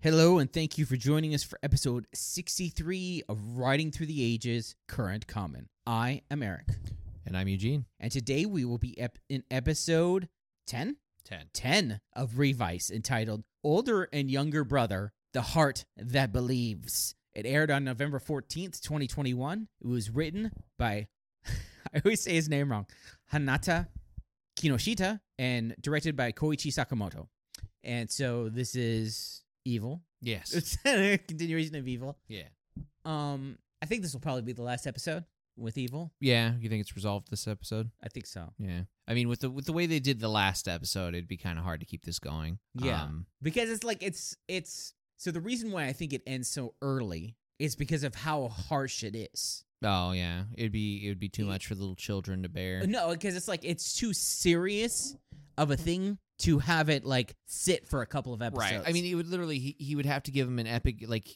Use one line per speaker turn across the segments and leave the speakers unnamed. Hello, and thank you for joining us for episode 63 of Riding Through the Ages Current Common. I am Eric,
And I'm Eugene.
and today we will be ep- in episode 10?
10.
10 of Revice entitled Older and Younger Brother The Heart That Believes. It aired on November 14th, 2021. It was written by, I always say his name wrong, Hanata Kinoshita and directed by Koichi Sakamoto. And so this is evil.
Yes.
It's a continuation of evil.
Yeah.
Um, I think this will probably be the last episode with evil.
Yeah. You think it's resolved this episode?
I think so
Yeah. I mean, with the with the way they did the last episode, it'd be kind of hard to keep this going.
Yeah.
Um,
because it's like it's it's so the reason why I think it ends so early is because of how harsh it is.
oh yeah. It'd be it would be too much for little children to bear.
No, because it's like it's too serious of a thing to have it like sit for a couple of episodes.
I mean, it would literally he, he would have to give him an epic like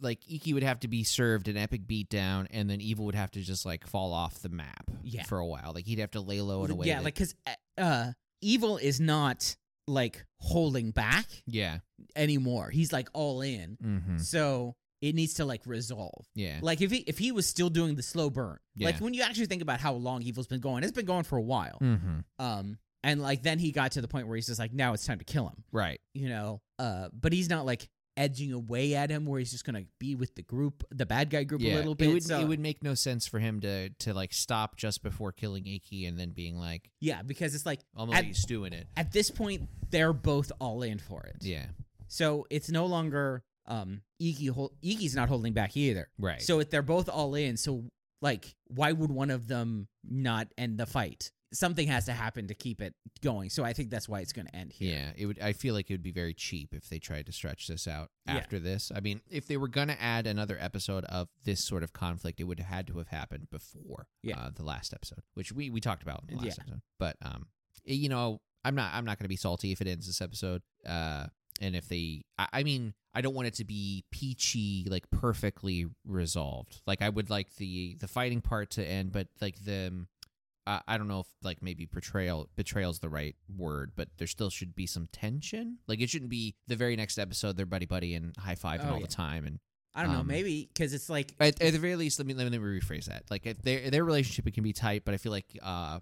like Iki would have to be served an epic beatdown, and then Evil would have to just like fall off the map
Yeah.
for a while. Like he'd have to lay low in a way.
yeah,
that-
like because uh, evil is not like holding back
yeah.
anymore. He's like all in.
Mm-hmm.
So it needs to like resolve.
Yeah.
Like if he if he was still doing the slow burn, like
Yeah.
when you actually think about how long evil's been going, it's been going for a while.
Mm-hmm.
Um, and like then he got to the point where he's just like, now it's time to kill him,
Right.
you know. Uh, but he's not like edging away at him where he's just gonna be with the group, the bad guy group a little bit.
It would,
so-
it would make no sense for him to to like stop just before killing Iki and then being like,
yeah, because it's like
I'm
At-
already stewing it.
at this point they're both all in for it.
Yeah.
So it's no longer um Iggy hol- Iggy's not holding back either.
Right.
So if they're both all in, so like why would one of them not end the fight? Something has to happen to keep it going. So I think that's why it's going to end here.
yeah, it would. I feel like it would be very cheap if they tried to stretch this out
Yeah.
after this. I mean, if they were gonna add another episode of this sort of conflict, it would have had to have happened before
Yeah.
uh, the last episode, which we we talked about in the last
Yeah.
episode. But um, y- you know, I'm not I'm not gonna be salty if it ends this episode. Uh, and if they, I, I mean, I don't want it to be peachy, like perfectly resolved. Like I would like the the fighting part to end, but like the I I don't know if like maybe betrayal betrayal's the right word, but there still should be some tension. Like it shouldn't be the very next episode they're buddy buddy and high five and
Oh,
all
yeah.
the time. And
I don't know,
Um,
maybe cuz it's like
at, at the very least, let me let me rephrase that. Like if their their relationship it can be tight, but I feel like uh,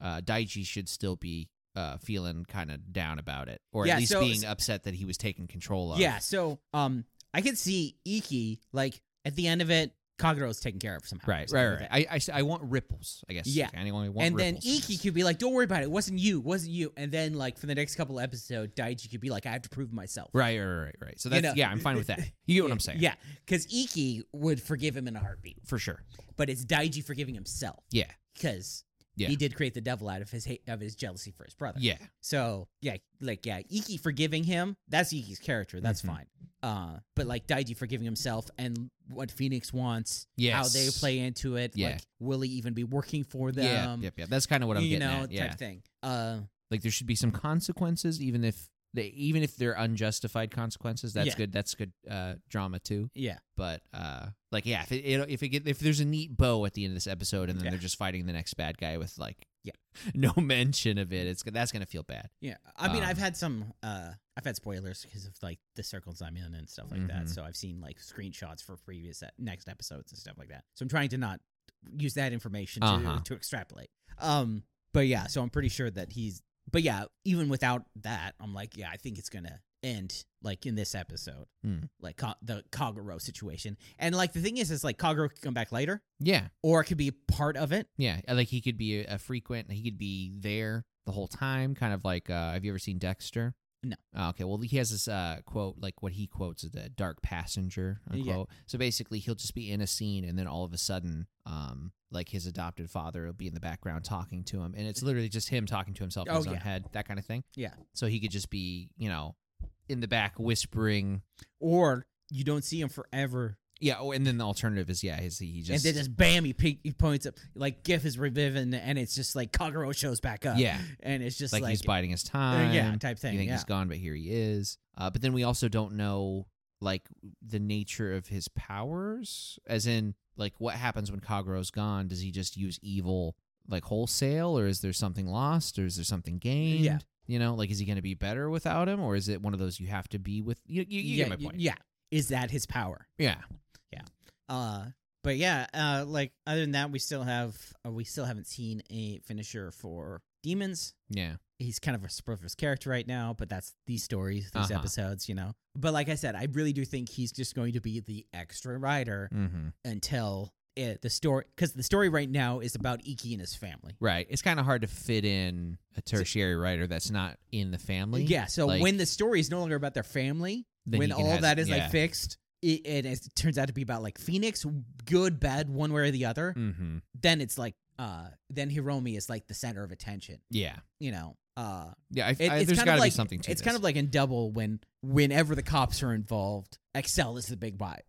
uh, Daiji should still be uh feeling kind of down about it, or
Yeah,
at least
so-
being upset that he was taken control of.
yeah, so um I can see Iki like at the end of it Kagero's taken care of somehow. or
Right,
something
right,
like
right.
that.
I, I, s- I want ripples, I guess.
Yeah.
Okay, I want
and then
ripples from
Iki
this.
could be like, "Don't worry about it. It wasn't you. It wasn't you." And then like for the next couple episodes, Daiji could be like, "I have to prove myself."
Right, right, right, right. So
You
that's
know.
yeah, I'm fine with that. You get what I'm saying?
Yeah, because Iki would forgive him in a heartbeat,
for sure.
but it's Daiji forgiving himself
Yeah,
because
Yeah.
he did create the devil out of his hate, of his jealousy for his brother.
yeah.
So yeah, like yeah, Iki forgiving him that's Iki's character. That's
Mhm.
fine. Uh, but like Daiji forgiving himself and what Phoenix wants,
Yes.
how they play into it.
Yeah.
Like, will he even be working for them?
Yeah, yep, yep. That's kind of what I'm
you
getting
know,
at. Yeah,
type thing. Uh,
like there should be some consequences, even if they, even if they're unjustified consequences. That's
Yeah.
good. That's good uh, drama too.
yeah,
But uh, like, yeah, if it, it if it get, if there's a neat bow at the end of this episode, and then
Yeah.
they're just fighting the next bad guy with like,
Yeah.
no mention of it. It's go- that's gonna feel bad.
yeah. I mean,
Um,
I've had some. Uh, I've had spoilers because of like the circles I'm in and stuff like that.
Mhm.
So I've seen like screenshots for previous e- next episodes and stuff like that. So I'm trying to not use that information to
Uh-huh.
to extrapolate. Um, but yeah, so I'm pretty sure that he's. But yeah, even without that, I'm like, yeah, I think it's gonna end like in this episode,
Hmm.
like Ka- the Kagero situation. And like the thing is, is like Kagero could come back later,
Yeah,
or it could be part of it.
yeah. Uh, Like he could be a, a frequent. He could be there the whole time. Kind of like, uh, have you ever seen Dexter?
No.
Oh, okay. Well, he has this uh, quote, like what he quotes is the dark passenger,
Yeah.
unquote. So basically, he'll just be in a scene, and then all of a sudden, um, like his adopted father will be in the background talking to him, and it's literally just him talking to himself in
Oh,
his own
yeah.
head, that kind of thing.
Yeah.
So he could just be, you know, in the back whispering.
or you don't see him forever.
Yeah. Oh, and then the alternative is, yeah, is he he just.
and then just bam, he, pe- he points up like GIF is reviving, and it's just like Kagero shows back up.
yeah.
and uh, it's just
Like,
like,
he's biding his
uh,
time.
yeah, type
You
thing.
think
Yeah,
he's gone, but here he is. Uh, but then we also don't know like the nature of his powers, as in like what happens when Kagero's gone. Does he just use evil like wholesale, or is there something lost, or is there something gained?
yeah.
You know, like is he going to be better without him, or is it one of those you have to be with? You, you, you
yeah,
get my
y-
point.
yeah. Is that his power?
yeah.
Uh but yeah, uh like other than that we still have uh, we still haven't seen a finisher for demons.
Yeah.
he's kind of a superfluous character right now, but that's these stories, these
Uh-huh.
episodes, you know. But like I said, I really do think he's just going to be the extra writer
Mm-hmm.
until it, the story, because the story right now is about Iki and his family.
Right. It's kind of hard to fit in a tertiary writer that's not in the family.
Yeah, so
like-
when the story is no longer about their family,
Then
when
he can
all
has-
that is
yeah.
like fixed, it, and it turns out to be about like Phoenix, good, bad, one way or the other,
Mm-hmm.
then it's like, uh, then Hiromi is like the center of attention,
Yeah.
you know. Uh,
Yeah. I,
It-
I,
it's
there's
kind of
got to be
like-
something to
it's kind of like in double when whenever the cops are involved excel is the big buy,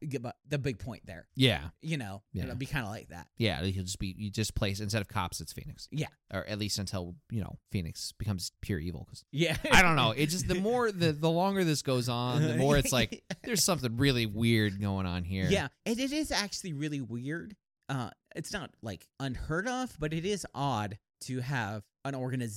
the big point there
yeah.
you know
Yeah.
it'll be kind of like that
Yeah, he'll just be you just place instead of cops, it's Phoenix.
Yeah.
or at least until you know Phoenix becomes pure evil. 'cause-
yeah
I don't know. It just the more the the longer this goes on, the more it's like there's something really weird going on here.
yeah and it is actually really weird uh it's not like unheard of but it is odd to have an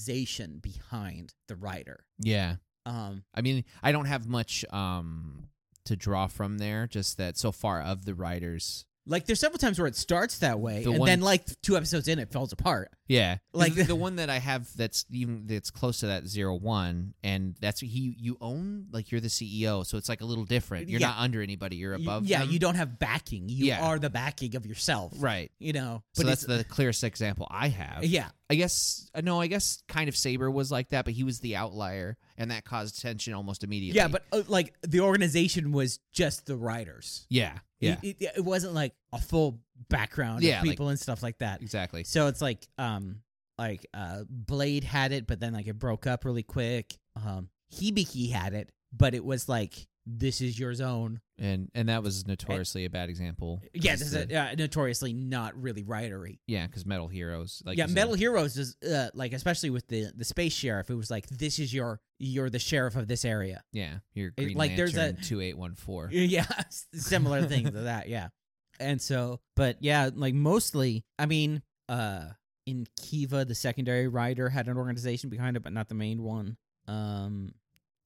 organization behind the writer
yeah.
um
I mean, I don't have much um to draw from there. Just that so far of the writers,
like there's several times where it starts that way
The
and
one-
then like two episodes in it falls apart
yeah, 'Cause
Like-
the, the one that I have that's even that's close to that zero one, and that's he you own like you're the CEO, so it's like a little different. You're
Yeah.
not under anybody. You're
You-
above.
yeah
them.
you don't have backing you
Yeah.
are the backing of yourself
Right.
you know
So that's
it's- uh,
the clearest example I have.
yeah
I guess uh, no, I guess kind of Saber was like that, but he was the outlier, and that caused tension almost immediately.
Yeah, but uh, like the organization was just the writers.
yeah, yeah,
It, it, it wasn't like a full background
Yeah,
of
like-
people and stuff like that.
exactly.
So it's like um like uh Blade had it, but then like it broke up really quick. Um Hibiki had it, but it was like this is your zone.
And and that was notoriously a bad example.
Yeah,
'cause
this is
the-
uh, notoriously not really writery.
yeah, because Metal Heroes, like
yeah,
you said.
Metal Heroes is uh, like especially with the the space sheriff. It was like this is your you're the sheriff of this area.
Yeah, your Green
like, there's a-
two eight one four.
Yeah, s- similar thing to that. Yeah, and so, but yeah, like mostly, I mean, uh, in Kiva, the secondary writer had an organization behind it, but not the main one. Um,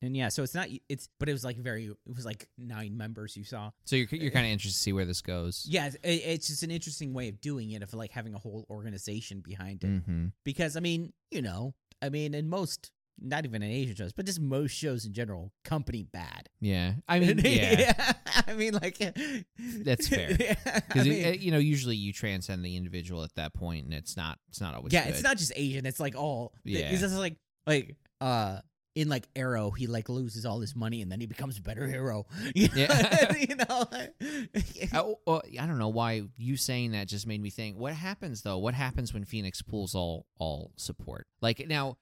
and yeah, so it's not it's, but it was like very, it was like nine members you saw.
So you're you're kind of interested to see where this goes.
Yeah, it's- it, it's just an interesting way of doing it of like having a whole organization behind it
Mm-hmm.
because I mean, you know, I mean, in most. Not even in Asian shows, but just most shows in general, company bad.
Yeah, I mean, yeah,
I mean, like
That's fair.
Yeah, I
because
mean-
you know usually you transcend the individual at that point, and it's not it's not always
yeah,
good.
it's not just Asian. It's like all.
Yeah.
Yeah, it's just like like uh in like Arrow, he like loses all his money and then he becomes a better hero.
Yeah.
you know.
I, well, I don't know why you saying that just made me think. What happens though? What happens when Phoenix pulls all all support? Like now,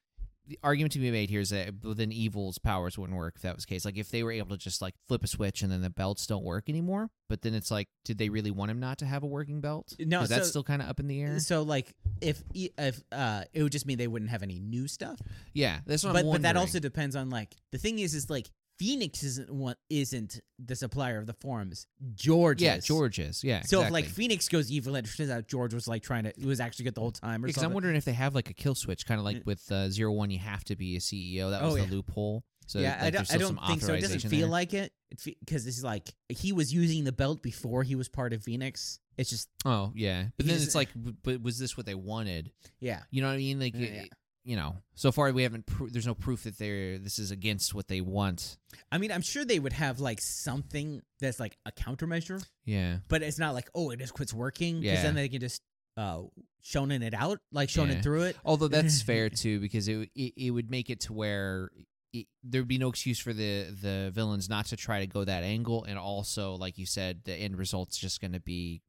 the argument to be made here is that then evil's powers wouldn't work if that was the case. Like if they were able to just like flip a switch and then the belts don't work anymore. But then it's like, did they really want him not to have a working belt?
No,
'Cause that's
so-
still kind of up in the air.
so like if if uh it would just mean they wouldn't have any new stuff.
yeah, that's what
but
I'm
but that
wondering.
also depends on like the thing is is like Phoenix isn't one isn't the supplier of the forums. George
yeah,
is.
George's yeah.
So if
exactly.
like Phoenix goes evil, and it turns out George was like trying to was actually good the whole time or
because I'm
something.
wondering if they have like a kill switch, kind of like with uh, Zero One, you have to be a CEO. That was
Oh,
the
yeah.
loophole. So
yeah,
like,
I
there's
don't, I
still some
don't think so. It doesn't
authorization
feel
there.
like it because it's like he was using the belt before he was part of Phoenix. It's just
Oh yeah, but
He
then
just-
it's like, w- but was this what they wanted?
yeah,
You know what I mean? Like,
Yeah, yeah.
it- you know, so far we haven't. Pro- there's no proof that they're this is against what they want.
I mean, I'm sure they would have like something that's like a countermeasure,
Yeah,
but it's not like oh, it just quits working because
Yeah.
then they can just uh shonen it out, like shonen
Yeah.
through it.
although that's fair too because it w- it, it would make it to where. It, there'd be no excuse for the the villains not to try to go that angle, and also, like you said, the end result's just going to be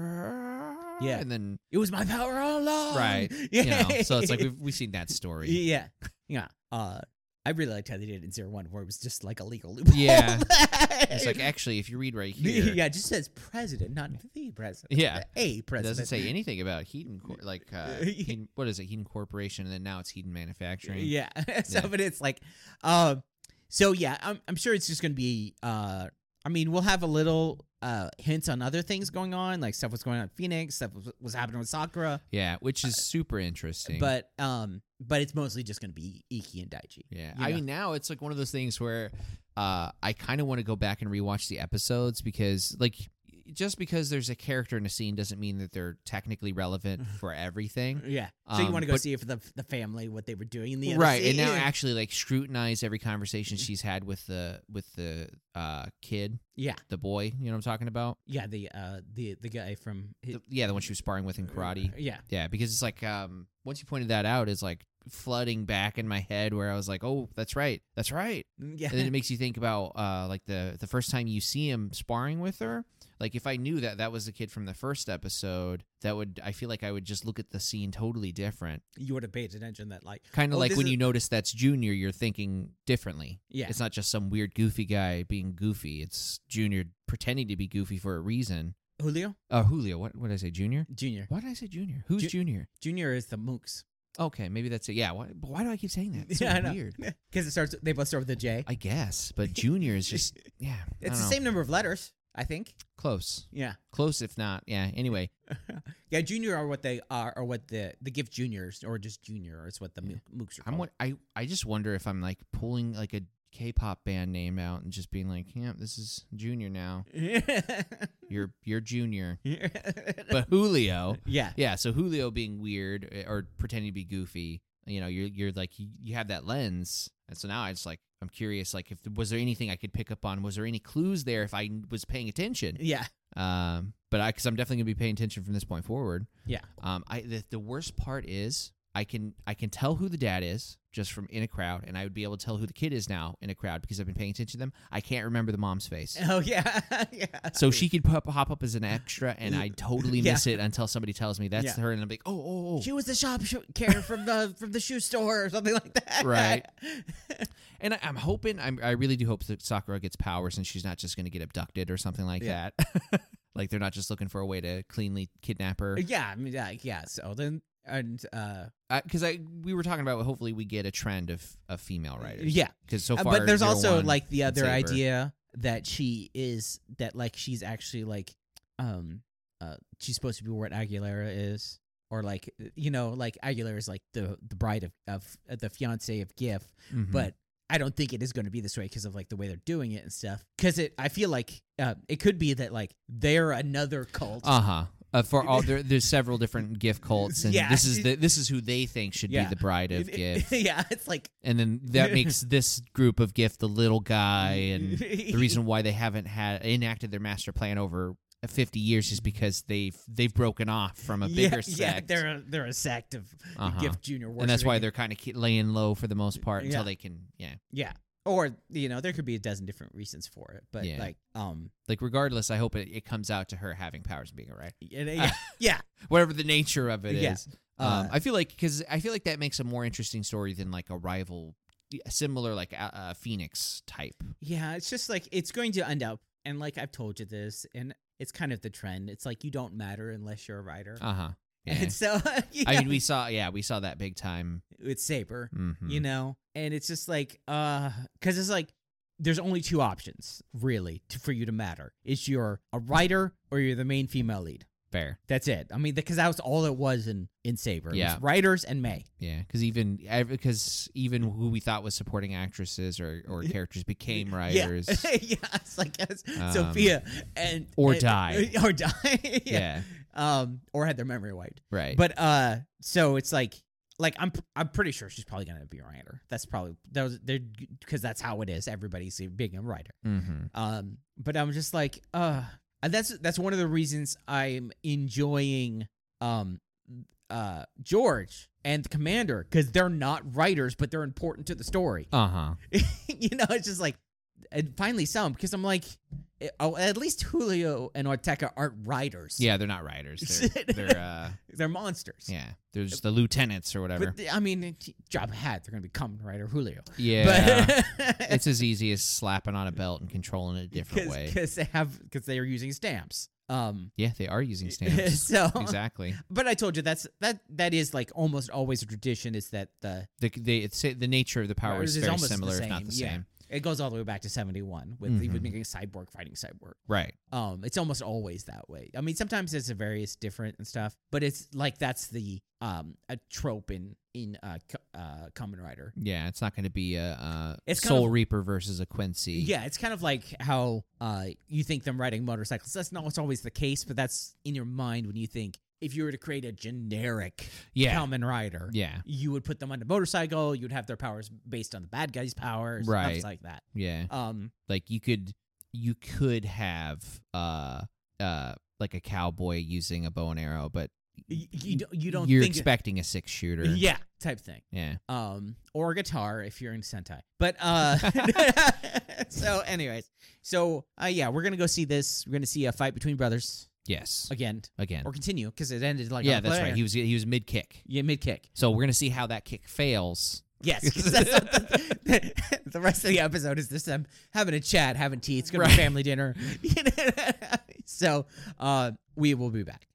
girl,
Yeah.
and then
It was my power all along,
Right.
Yeah,
you know, so it's like we've we've seen that story.
yeah, yeah. Uh, I really liked how they did it in zero one, where it was just like a legal loophole.
Yeah. It's like actually, if you read right here,
yeah, it just says president, not the president.
Yeah.
a
It
president
doesn't say anything about Heaton, Cor- like uh, Heaton, what is it? Heaton Corporation, and then now it's Heaton Manufacturing.
Yeah. so,
Yeah.
but it's like, um, so yeah, I'm, I'm sure it's just going to be, uh, I mean, we'll have a little uh, hints on other things going on, like stuff was going on in Phoenix, stuff was, was happening with Sakura.
Yeah, which is super interesting.
Uh, But um, but it's mostly just going to be Iki and Daichi.
yeah,
you
I
know.
mean now it's like one of those things where uh, I kind of want to go back and rewatch the episodes because like just because there's a character in a scene doesn't mean that they're technically relevant for everything.
Yeah. So you
Um,
want to go
but-
see if the the family what they were doing in the other
right and now
scene. Mm-hmm.
actually like scrutinize every conversation she's had with the with the uh kid
yeah
the boy you know what i'm talking about
yeah the uh the the guy from
The- yeah the one she was sparring with in karate
yeah
yeah because it's like um once you pointed that out it's like flooding back in my head where i was like oh that's right that's right
Mm, yeah
and then it makes you think about uh like the the first time you see him sparring with her like if i knew that that was the kid from the first episode that would i feel like i would just look at the scene totally different
you would have paid attention that like
kind of
Oh,
like
this
when
is-
you notice that's junior you're thinking differently
yeah
It's not just some weird goofy guy being goofy. It's Junior pretending to be goofy for a reason.
Julio
Uh, Julio, what, what did I say? Junior?
Junior
Why did I say Junior? Who's
Ju-
Junior?
Junior is the mooks
Okay, maybe that's it. Yeah, why, but why do I keep saying that? It's so
yeah
weird.
because it starts they both start with a J
I guess, but Junior is just, yeah. I
it's the
don't know.
same number of letters I think
Close.
yeah
Close, if not. Yeah, anyway.
yeah Junior are what they are or what the the gift juniors or just Junior is what the
Yeah.
mo- mooks are
I'm,
called.
what, I, I just wonder if I'm like pulling like a K pop band name out and just being like, yeah, this is Junior now. You're, you're Junior. But Julio.
yeah
Yeah, so Julio being weird eh, or pretending to be goofy, you know, you're you're like you, you have that lens, and so now I just like I'm curious, like if was there anything I could pick up on? Was there any clues there if I was paying attention?
yeah
Um, but I because I'm definitely gonna be paying attention from this point forward.
Yeah.
Um, I the, the worst part is I can I can tell who the dad is just from in a crowd, and I would be able to tell who the kid is now in a crowd because I've been paying attention to them. I can't remember the mom's face.
oh yeah yeah
So she could pop, hop up as an extra, and I totally
Yeah.
miss it until somebody tells me that's
Yeah.
her, and I'm like, oh, oh,
She
oh.
was the shop sh- care from the from the shoe store or something like that.
Right. And I, I'm hoping, I'm, I really do hope that Sakura gets powers and she's not just going to get abducted or something like
Yeah.
that. like they're not just looking for a way to cleanly kidnap her.
yeah, I mean, yeah, yeah. So then, and uh,
Because I, we were talking about hopefully we get a trend of, of female writers.
yeah,
Because so
Uh,
far,
but there's
Zero
also
One-
like the other
Saber.
idea that she is that like she's actually like, um, uh, she's supposed to be what Aguilera is, or like you know, like Aguilera is like the the bride of of uh, the fiance of Gif,
Mhm.
but I don't think it is going to be this way because of like the way they're doing it and stuff. Because it, I feel like uh, it could be that like they're another cult.
Uh-huh. Uh For all there, there's several different GIF cults, and
Yeah.
this is the this is who they think should
Yeah.
be the bride of
It- it-
GIF,
yeah, it's like
and then that makes this group of GIF the little guy, and the
the
reason why they haven't had enacted their master plan over 50 years is because they've theyve broken off from a bigger
yeah, Yeah,
sect
they're a, they're a sect of the
Uh-huh.
Gift Junior,
and that's why
worshiping-
they're kind of laying low for the most part
Yeah.
until they can yeah
yeah. Or you know, there could be a dozen different reasons for it, but
Yeah.
like um,
like regardless i hope it, it comes out to her having powers and being all right
yeah, yeah, yeah,
whatever the nature of it is.
Yeah.
um,
Uh,
i feel like because i feel like that makes a more interesting story than like a rival a similar like a, a phoenix type
yeah. It's just like it's going to end up, and like I've told you this, and it's kind of the trend. It's like you don't matter unless you're a writer,
uh-huh yeah.
and so yeah,
i mean we saw yeah we saw that big time
it's Saber.
hmm
you know and it's just like uh because it's like there's only two options really to, for you to matter it's you're a writer or you're the main female lead
fair
that's it i mean because that was all it was in in saber It was
Yeah.
writers and may
Yeah, because even because even who we thought was supporting actresses or or characters became writers.
yeah, yeah it's like it's
Um,
sophia and
or
and-
died.
or die yeah.
yeah.
um or had their memory wiped
right.
but uh so it's like like I'm I'm pretty sure she's probably gonna be a writer. That's probably that was they're because that's how it is. Everybody's being a writer.
hmm
Um, but I'm just like, uh, and that's that's one of the reasons I'm enjoying um uh George and the Commander because they're not writers, but they're important to the story.
uh huh.
you know, it's just like, and finally some because I'm like, eh, oh, at least Julio and Ortega aren't writers.
Yeah, they're not writers. They're, they're uh,
they're monsters.
yeah, they're just the lieutenants or whatever.
But, I mean, it- job hat, they're gonna become writer Julio.
yeah,
But
it's as easy as slapping on a belt and controlling it a different way.
because they have because they are using stamps. Um,
Yeah, they are using stamps.
so
exactly.
But I told you that's that that is like almost always a tradition is that the
The they it's, the nature of the powers
Powers
is
is
very
almost the
similar, if not
same,
the
yeah.
same.
It goes all the way back to 71 with
Mhm.
even making cyborg fighting cyborg.
Right.
Um, it's almost always that way. I mean, sometimes it's a various different and stuff, but it's like that's the um a trope in in uh, co- uh Kamen Rider.
Yeah, it's not going to be a uh,
It's kind
Soul
of-
Reaper versus a Quincy.
Yeah, it's kind of like how uh you think them riding motorcycles. That's not what's always the case, but that's in your mind when you think if you were to create a generic
yeah,
Kamen Rider,
yeah,
you would put them on a motorcycle. You'd have their powers based on the bad guy's powers,
Right.
Stuff like that.
yeah.
Um,
Like you could, you could have uh, uh, like a cowboy using a bow and arrow, but
you, you don't, you don't
you're
think
expecting a six shooter.
yeah type thing.
yeah.
um, or a guitar if you're in Sentai. But uh, so, anyways, so uh, yeah, we're gonna go see this. We're gonna see a fight between brothers
Yes.
again,
Again.
or continue because it ended like
yeah,
on a
that's
player.
right. He was he was mid kick.
yeah, mid kick.
So we're gonna see how that kick fails.
Yes, 'cause that's what the, the rest of the episode is just them having a chat, having tea. It's gonna be
Right.
family dinner. so uh, we will be back.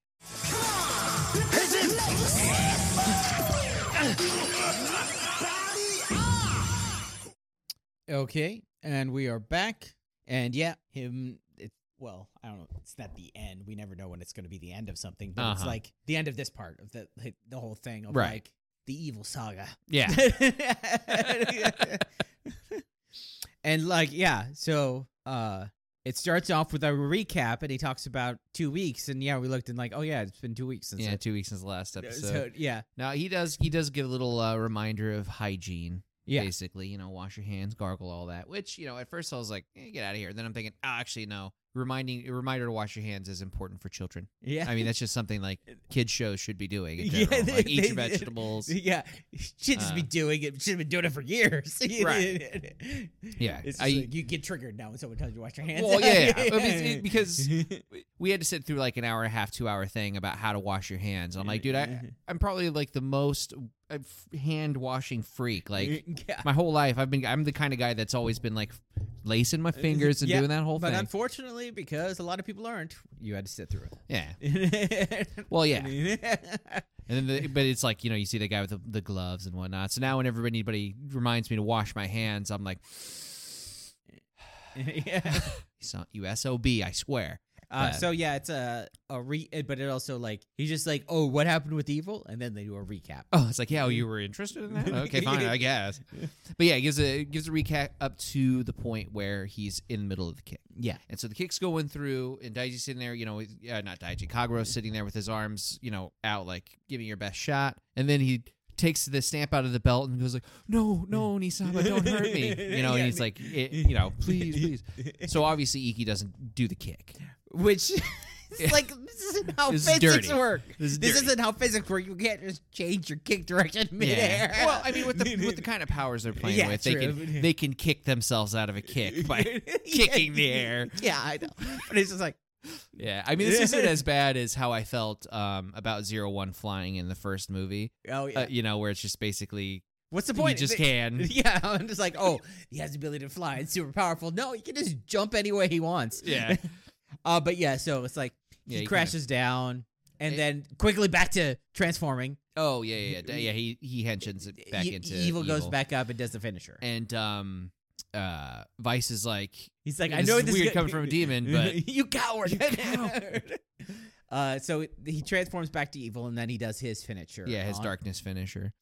Okay, and we are back. And yeah, him. It, well, I don't know. It's not the end. We never know when it's going to be the end of something, but it's
Uh-huh.
like the end of this part of the the whole thing of
Right.
like the evil saga.
Yeah.
and like, yeah. So, uh, it starts off with a recap, and he talks about two weeks, and yeah, we looked and like, oh yeah, it's been two weeks since.
yeah.
it-
Two weeks since the last episode.
so, yeah,
now he does he does give a little uh, reminder of hygiene.
yeah.
basically. You know, wash your hands, gargle, all that. Which you know, at first I was like, eh, get out of here. Then I'm thinking, oh, actually, no. Reminding a reminder to wash your hands is important for children.
Yeah.
I mean, that's just something like kid shows should be doing. In
Yeah,
general. like,
they-
eat your
they-
vegetables.
Yeah, should just be
Uh,
doing it. Should have been doing it for years.
Right. Yeah,
it's just
I-
like you get triggered now when someone tells you to wash your hands.
Well, yeah, yeah. I mean, it- because we- we had to sit through like an hour and a half, two hour thing about how to wash your hands. I'm like, dude, I, I'm probably like the most uh, f- hand washing freak. Like
yeah.
my whole life, I've been, I'm the kind of guy that's always been like lacing my fingers and
Uh, Yeah,
doing that whole
but
thing.
unfortunately, because a lot of people aren't, you had to sit through
yeah.
it.
Well, yeah.
yeah.
And then, the, but it's like you know, you see the guy with the, the gloves and whatnot. So now, whenever anybody reminds me to wash my hands, I'm like,
yeah.
"It's not you sob, I swear."
Uh,
But-
so yeah, it's a a re, eh, but it also like he's just like, oh, what happened with evil, and then they do a recap.
Oh, it's like, yeah, oh, you were interested in that? Okay, fine, I guess. But yeah, it gives a it gives a recap up to the point where he's in the middle of the kick,
Yeah,
and so the kick's going through, and Daiji's sitting there, you know, with- uh, not Daiji, Kagura sitting there with his arms, you know, out, like giving your best shot, and then he takes the stamp out of the belt and goes like, "No, no, Nisama, don't hurt me," you
Yeah,
know, and he's
I
like, it, you know, please, please. So obviously Iki doesn't do the kick.
which it's like this isn't how
This is
physics
dirty.
work.
This is dirty.
not how physics work. You can't just change your kick direction midair.
Well, I mean, with the with the kind of powers they're playing
Yeah,
with, they
true.
can they can kick themselves out of a kick by kicking the air.
Yeah, I know. But it's just like
Yeah, I mean, this isn't as bad as how I felt um, about Zero One flying in the first movie.
oh yeah.
Uh, you know, where it's just basically
What's the
you
point?
just
They-
can.
Yeah, I'm just like, oh, he has the ability to fly. It's super powerful. No, he can just jump any way he wants.
Yeah,
Uh, but yeah, so it's like
Yeah,
he
you
crashes down and
It-
then quickly back to transforming.
oh yeah, yeah, yeah. yeah he he henchens it back
E-
into
evil, goes back up and does the finisher.
and um, uh, Vice is like,
He's like,
Yeah,
I
this
know
is
this
weird
guy-
coming from a demon, but-
you coward.
You coward.
uh, so he transforms back to evil, and then he does his finisher.
yeah, his
on-
darkness finisher.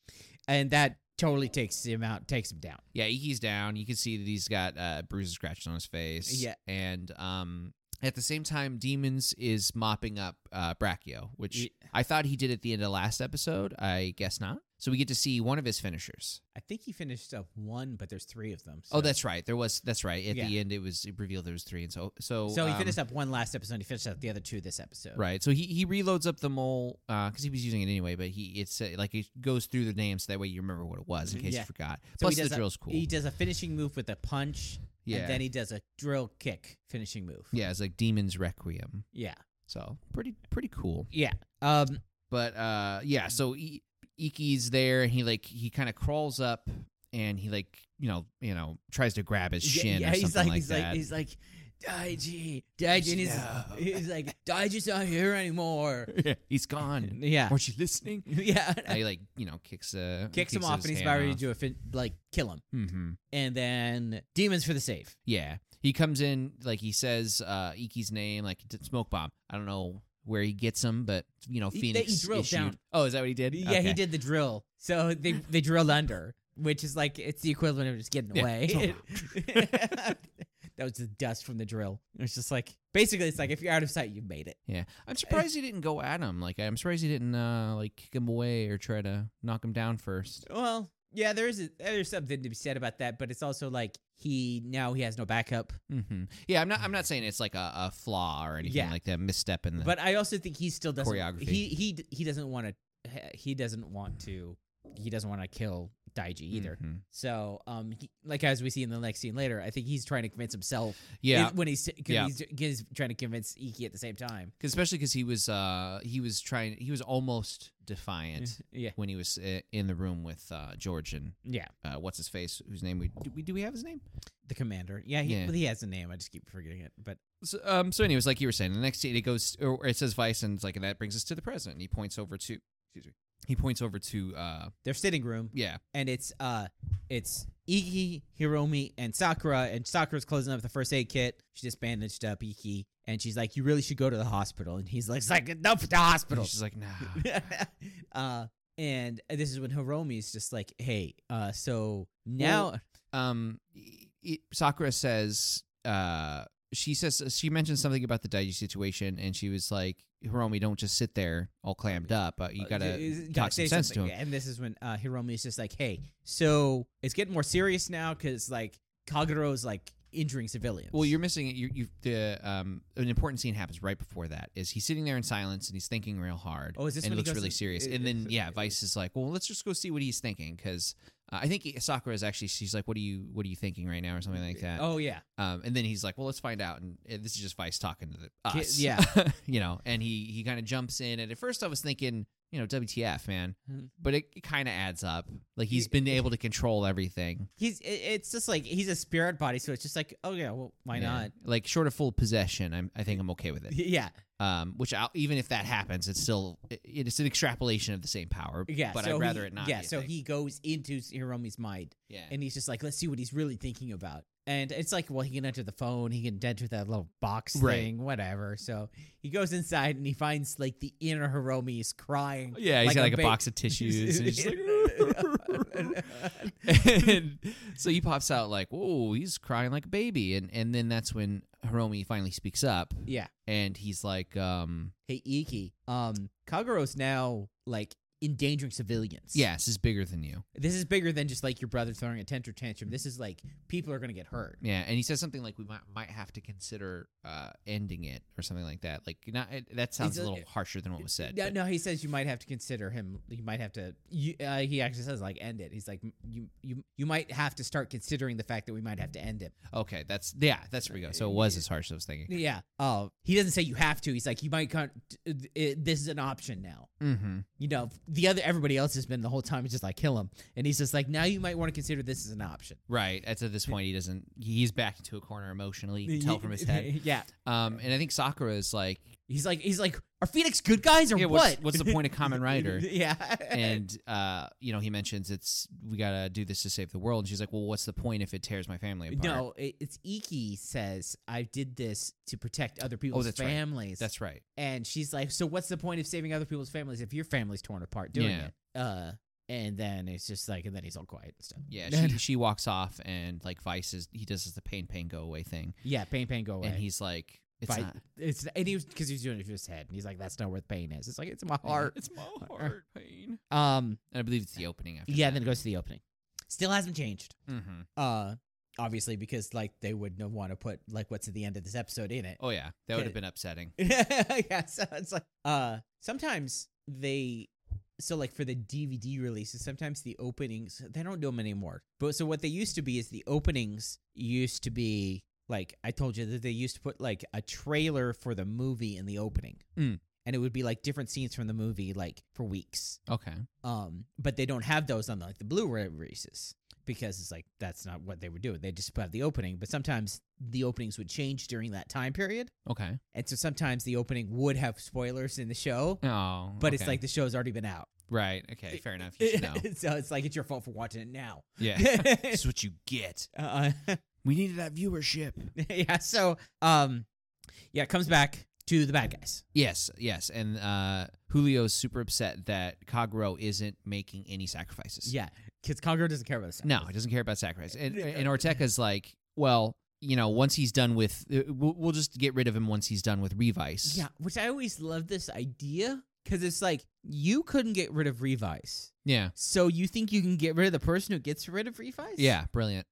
and that totally takes him out, takes him down.
Yeah, Iki's down. You can see that he's got uh, bruises scratched on his face.
Yeah.
and um, at the same time, Demons is mopping up uh, Brachio, which
Ye-
I thought he did at the end of last episode. I guess not. So we get to see one of his finishers.
I think he finished up one, but there's three of them.
Oh,
so-
that's right. There was that's right. At the
Yeah.
end, it was it revealed there was three, and so so
so he
um,
finished up one last episode. and He finished up the other two this episode.
Right, so he, he reloads up the mole because he was using it anyway, but he it's uh, like it goes through the names that way you remember what it was in case
Mm-hmm. Yeah.
you forgot.
So
Plus
he does
the
a-
drill's cool.
He does a finishing move with a punch,
yeah,
and then he does a drill kick finishing move.
yeah, it's like Demon's Requiem.
Yeah.
So pretty pretty cool.
Yeah. Um.
but uh yeah so I- iki's there and he like he kind of crawls up and he like you know you know tries to grab his
yeah,
shin
yeah,
or
he's
something
like,
like,
he's
that
like, he's like, Daiji. Daiji is
No.
he's like Daiji's not here anymore.
He's gone.
Yeah,
Weren't you listening?
yeah.
I like you know kicks uh
Kicks him off, and he's about ready to do a fin- like kill him,
Mm-hmm.
and then demons for the save.
Yeah, he comes in like he says uh Iki's name like d- smoke bomb. I don't know where he gets him, but you know
He- they- he
Phoenix
drilled
issued-
down.
Oh, is that what he did?
Yeah, he
Okay.
did the drill. So they they drilled under, which is like it's the equivalent of just getting
Yeah.
away. that was the dust from the drill. It's just like basically it's like if you're out of sight, you made it.
Yeah, I'm surprised he didn't go at him. Like I'm surprised he didn't uh like kick him away or try to knock him down first.
Well, yeah, there is a, there's something to be said about that, but it's also like he now he has no backup.
hmm Yeah, I'm not. I'm not saying it's like a, a flaw or anything
Yeah.
like that. Misstep in the.
But I also think he still doesn't
Choreography.
he he d- he doesn't want to he doesn't want to he doesn't want to kill Daiji either.
Mhm.
So, um, he, like as we see in the next scene later, I think he's trying to convince himself
Yeah,
is- when he's, 'cause
Yeah.
he's, 'cause he's trying to convince Iki at the same time.
'cause- especially because he was. Uh, he was trying. He was almost defiant
Yeah,
when he was uh, in the room with uh, George and
yeah.
uh, what's his face, whose name we do we, do we have his name?
The commander. Yeah, he,
Yeah.
Well, he has a name. I just keep forgetting it. But
So, um. So, anyways, like you were saying, the next scene it goes, or it says Vice, and it's like, and that brings us to the present. And he points over to. Excuse me. He points over to. Uh.
their sitting room,
Yeah.
and it's uh, it's Iki, Hiromi, and Sakura. And Sakura's closing up the first aid kit. She just bandaged up Iki, and she's like, "You really should go to the hospital." And he's like, "It's like enough with the hospital."
She's like, "Ah." nah.
uh, and this is when Hiromi's just like, "Hey, uh, so now."
um i- i Sakura says uh she says she mentioned something about the Daiji situation and she was like Hiromi don't just sit there all clammed up uh, you
Uh,
gotta
is- gotta
talk
say
some sense to
something.
him
Yeah, And this is when uh, Hiromi is just like, "Hey, so it's getting more serious now because like Kagero's like injuring civilians."
well you're missing it you you the um an important scene happens right before that is he's sitting there in silence and he's thinking real hard
Oh, is this
and
when he
looks
goes
really
to-
serious
i-
and then
if-
yeah Vice is like well let's just go see what he's thinking because uh, I think Sakura is actually she's like what are you what are you thinking right now or something like that
Oh yeah,
Um, and then he's like, "Well, let's find out." And uh, this is just Vice talking to the,
Ki-
us,
yeah.
you know. And he he kind of jumps in. And at first, I was thinking, you know, WTF, man.
Mhm.
But it, it kind of adds up. Like he's been able to control everything.
he's. it- It's just like he's a spirit body, so it's just like, oh yeah, well, why
Yeah.
not?
Like short of full possession, I'm, I think I'm okay with it.
Yeah,
Um, which I'll, even if that happens, it's still it, it's an extrapolation of the same power.
yeah.
but
so
I'd rather
he-
it not.
Yeah,
be a
so
thing.
he goes into Hiromi's mind,
yeah.
and he's just like, "Let's see what he's really thinking about." And it's like, well, he can enter the phone, he can enter that little box
Right.
thing, whatever. So he goes inside and he finds like the inner Hiromi is crying.
yeah,
like
he's got
a
like a
ba-
box of tissues. and he's just like,
like,
and so he pops out like, "Whoa, he's crying like a baby." And and then that's when Hiromi finally speaks up,
yeah.
and he's like, um,
Hey Iki, um, Kagero's now like endangering civilians.
"Yeah, this is bigger than you."
this is bigger than just like your brother throwing a tantrum. Tantrum. This is like people are gonna get hurt.
Yeah, and he says something like, "We might might have to consider uh, ending it or something like that." Like, not it, that sounds a
It's a-
little harsher than what was said.
No,
but-
no, he says you might have to consider him. You might have to. You, uh, he actually says like end it. He's like you, you, you might have to start considering the fact that we might have to end him.
Okay, that's yeah, that's where we go. So it was as harsh as I was thinking.
Yeah. Oh, he doesn't say you have to. He's like you might. Con- it, it, this is an option now.
Mm-hmm.
you know, the other everybody else has been the whole time just like kill him, and he's just like, now you might want to consider this as an option.
Right. At this point, he doesn't. He's backed into a corner emotionally. You can tell from his head.
yeah,
Um, and I think Sakura is like,
he's like, he's like, are Phoenix good guys or
yeah,
what?
what's, what's the point of Common Rider?
yeah,
and uh, you know, he mentions it's we gotta do this to save the world, and she's like, "Well, what's the point if it tears my family apart?"
no, it, it's Iki says I did this to protect other people's
Oh, that's right.
families,
that's right.
and she's like, so what's the point of saving other people's families if your family's torn apart doing
Yeah.
it? Uh, and then it's just like, and then he's all quiet and stuff.
Yeah, she she walks off, and like Vice is he does the pain, pain, go away thing,
yeah, pain, pain, go away.
and he's like, "It's
Vi-
not
it's and he was because he was doing it to his head, and he's like, that's not where the pain is. It's like it's in my heart.
it's my heart pain."
Um,
And I believe it's the opening after.
yeah, then it goes to the opening. Still hasn't changed.
hmm
Uh, obviously because like they wouldn't want to put like what's at the end of this episode in it.
Oh yeah, that would
Okay.
have been upsetting.
yeah, so it's like uh, sometimes they so like for the DVD releases, sometimes the openings they don't do them anymore. But so what they used to be is the openings used to be like I told you that they used to put like a trailer for the movie in the opening.
Mm.
And it would be like different scenes from the movie, like for weeks.
Okay,
Um, but they don't have those on like the Blu-ray releases because it's like that's not what they were doing. They just put out the opening, but sometimes the openings would change during that time period.
Okay.
And so sometimes the opening would have spoilers in the show,
Oh,
but it's
okay.
like the show's already been out.
right. Okay, fair enough. You should know.
so it's like it's your fault for watching it now.
yeah, this is what you get.
uh,
We needed that viewership.
yeah. So, um, yeah, it comes back to the bad guys.
Yes, yes, and uh, Julio's super upset that Kagro isn't making any sacrifices.
Yeah, because Kagura doesn't care about this.
No, he doesn't care about sacrifice. And, and Ortega's like, well, you know, once he's done with, uh, we'll, we'll just get rid of him once he's done with Revice.
Yeah, which I always love this idea because it's like you couldn't get rid of Revise,
Yeah.
so you think you can get rid of the person who gets rid of Revise?
Yeah. Brilliant.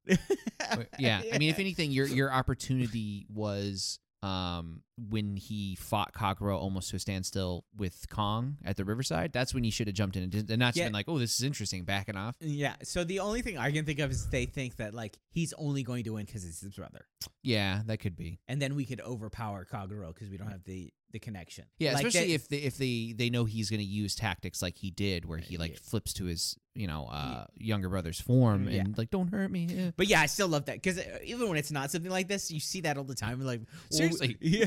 yeah. I mean, if anything, your your opportunity was um when he fought Kakaro almost to a standstill with Kong at the Riverside. That's when you should have jumped in and, did- and not just
Yeah.
been like, oh, this is interesting, backing off.
Yeah. So the only thing I can think of is they think that like he's only going to win because it's his brother,
Yeah, that could be.
and then we could overpower Kagura because we don't have the the connection.
Yeah,
Like,
especially
that-
if they, if they they know he's going to use tactics like he did, where he like
Yeah.
flips to his you know uh,
Yeah.
younger brother's form
Yeah.
and like don't hurt me. eh. yeah.
But yeah, I still love that because even when it's not something like this, you see that all the time. Like well, we-
Seriously.
yeah,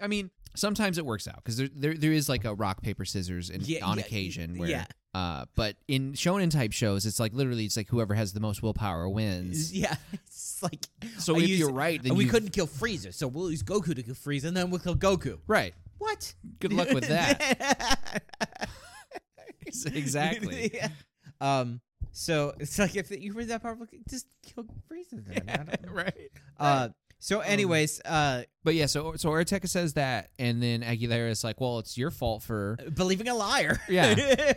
I mean, sometimes it works out because there, there there is like a rock paper scissors and
Yeah,
on
yeah,
occasion where.
yeah.
Uh, but in shonen type shows, it's like literally it's like whoever has the most willpower wins.
yeah. It's like
So
I
if
use-
you're right, then
we
you-
couldn't kill Frieza, so we'll use Goku to kill Frieza, and then we'll kill Goku.
right.
What?
Good luck with that. exactly.
Yeah. Um. So it's like if you were that powerful, just kill Frieza then. I don't know.
right.
Uh.
Um,
So, anyways, uh,
But yeah, so so Ortega says that, and then Aguilera is like, "Well, it's your fault for."
believing a liar.
Yeah.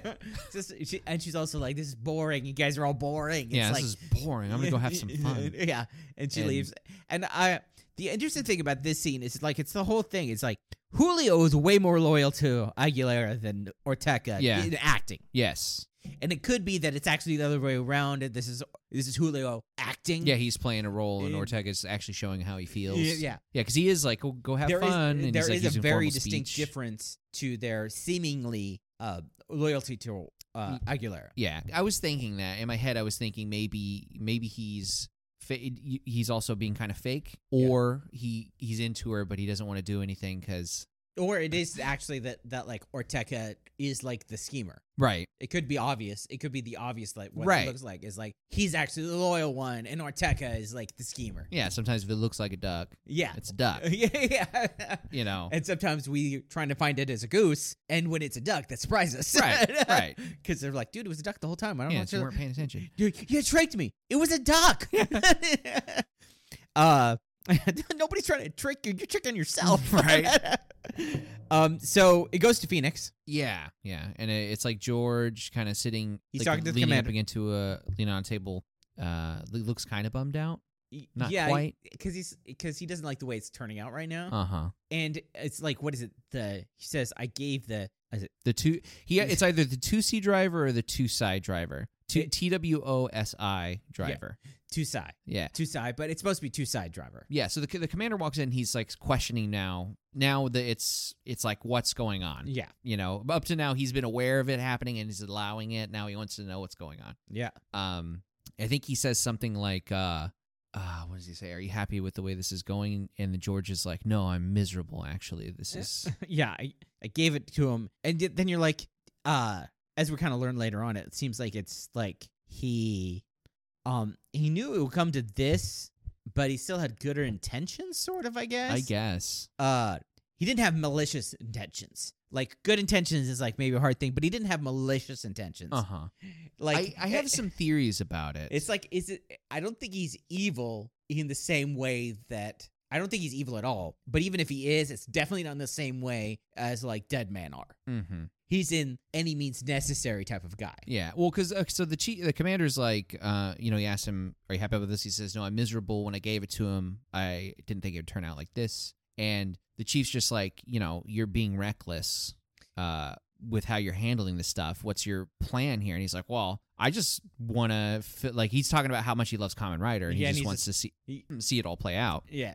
Just- she- and she's also like, "This is boring. You guys are all boring." It's
yeah,
like,
this is boring. I'm gonna go have some fun.
yeah, and she
And-
leaves. And I, the interesting thing about this scene is like it's the whole thing. It's like Julio is way more loyal to Aguilera than Ortega
Yeah.
in acting,
Yes.
and it could be that it's actually the other way around. And this is this is Julio acting.
Yeah, he's playing a role, and
Uh,
Ortega's actually showing how he feels.
yeah, yeah.
yeah, because he is like, oh, "Go have
There is
fun." and
there
he's like,
is
using
a very
formal
distinct
speech.
difference to their seemingly uh, loyalty to uh,
Mm.
Aguilera.
Yeah, I was thinking that in my head. I was thinking maybe maybe he's fa- he's also being kind of fake,
Yeah.
or he he's into her, but he doesn't want to do anything because
Or it is actually that that like Ortega is like the schemer.
right,
It could be obvious. It could be the obvious, like what
Right.
it looks like is like he's actually the loyal one, and Ortega is like the schemer.
yeah. Sometimes if it looks like a duck,
Yeah,
it's a duck,
yeah, yeah.
you know.
And sometimes we trying to find it as a goose, and when it's a duck, that surprises us.
Right, right.
Because they're like, dude, it was a duck the whole time. I don't
Yeah,
know.
so you
Sure.
weren't paying attention.
Dude, you tricked me. It was a duck. uh, nobody's trying to trick you. You're tricking yourself,
Right.
um. So it goes to Phoenix.
Yeah, yeah, and it, it's like George kind of sitting.
He's
like,
talking to the
leaning up
commander.
against a leaning on a table. Uh, lo- looks kind of bummed out.
Y-
Not
yeah,
quite.
Because he's because he doesn't like the way it's turning out right now.
Uh huh.
and it's like what is it the he says i gave the is it
The two, he it's either the two C driver or the two side driver, two
It-
T W O S I driver.
two side
Yeah.
two side but it's supposed to be two side driver
yeah so the, the commander walks in he's like questioning now now that it's it's like what's going on
yeah
you know up to now he's been aware of it happening and he's allowing it now he wants to know what's going on
yeah
um i think he says something like uh uh, what does he say? Are you happy with the way this is going? And George is like, "No, I'm miserable. Actually, this is
yeah I, I gave it to him and yet- then you're like uh as we kind of learn later on it seems like it's like he um he knew it would come to this but he still had gooder intentions sort of i guess
I guess,
uh he didn't have malicious intentions like good intentions is like maybe a hard thing but he didn't have malicious intentions
uh huh.
like eh,
I, I have some theories about it.
It's like is it I don't think he's evil in the same way that I don't think he's evil at all. But even if he is, it's definitely not in the same way as like dead men are.
mm-hmm.
He's in any means necessary type of guy.
Yeah, well, because uh, so the chief, the commander's like, uh, you know, he asks him, "Are you happy with this?" He says, "No, I'm miserable. When I gave it to him, I didn't think it would turn out like this." And the chief's just like, you know, you're being reckless uh, with how you're handling this stuff. What's your plan here? And he's like, well, I just want to, fi-, like, he's talking about how much he loves Common Rider, and
Yeah, and
he just
he's
wants to see
he-
see it all play out.
Yeah.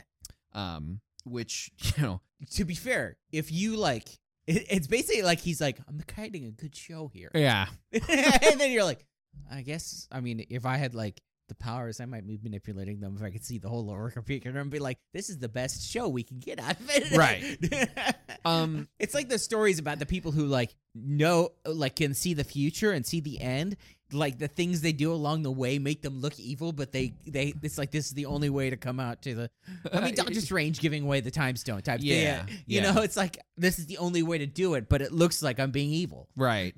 Um, which you know,
To be fair, if you like it, it's basically like he's like, I'm creating a good show here.
yeah,
and then you're like, I guess I mean if I had like the powers, I might be manipulating them if I could see the whole Orca Peter and be like, this is the best show we can get out of it.
Right. Um,
it's like the stories about the people who like know like can see the future and see the end. Like the things they do along the way make them look evil, but they they it's like this is the only way to come out to the I mean Doctor Strange giving away the time stone type thing.
Uh, Yeah,
You
yeah.
know, it's like this is the only way to do it, but it looks like I'm being evil.
right.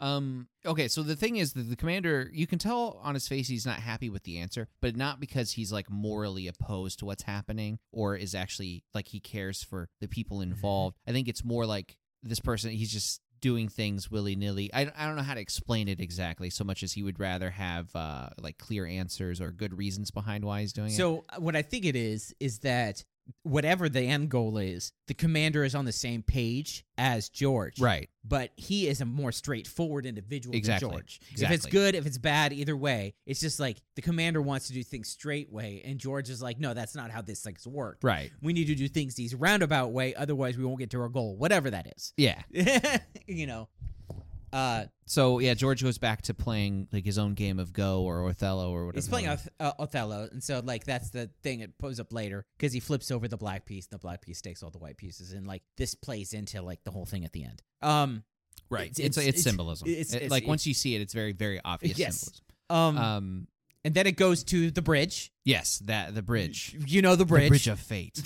Um, okay, so the thing is that the commander, you can tell on his face he's not happy with the answer, but not because he's like morally opposed to what's happening or is actually like he cares for the people
Mm-hmm.
involved. I think it's more like this person, he's just doing things willy nilly. I, I don't know how to explain it exactly so much as he would rather have uh, like clear answers or good reasons behind why he's doing it.
So uh, what I think it is is that whatever the end goal is, the commander is on the same page as George.
Right.
But he is a more straightforward individual
Exactly.
than George. If it's
Exactly.
good, if it's bad, either way, it's just like the commander wants to do things straight way, and George is like, no, that's not how this things work.
Right.
We need to do things these roundabout way, otherwise we won't get to our goal, whatever that is.
Yeah.
you know. Uh,
So yeah, George goes back to playing like his own game of Go or Othello or whatever.
He's playing Oth- uh, Othello, and so like that's the thing it pulls up later because he flips over the black piece, and the black piece takes all the white pieces, and like this plays into like the whole thing at the end. Um,
Right. It's
It's-
it's,
it's- it's-
symbolism.
it's-
It-
it's-
like once you see it, it's very very obvious
Yes.
symbolism.
um,
Um.
and then it goes to the bridge.
Yes. That the bridge.
You know the
The
bridge.
bridge of fate.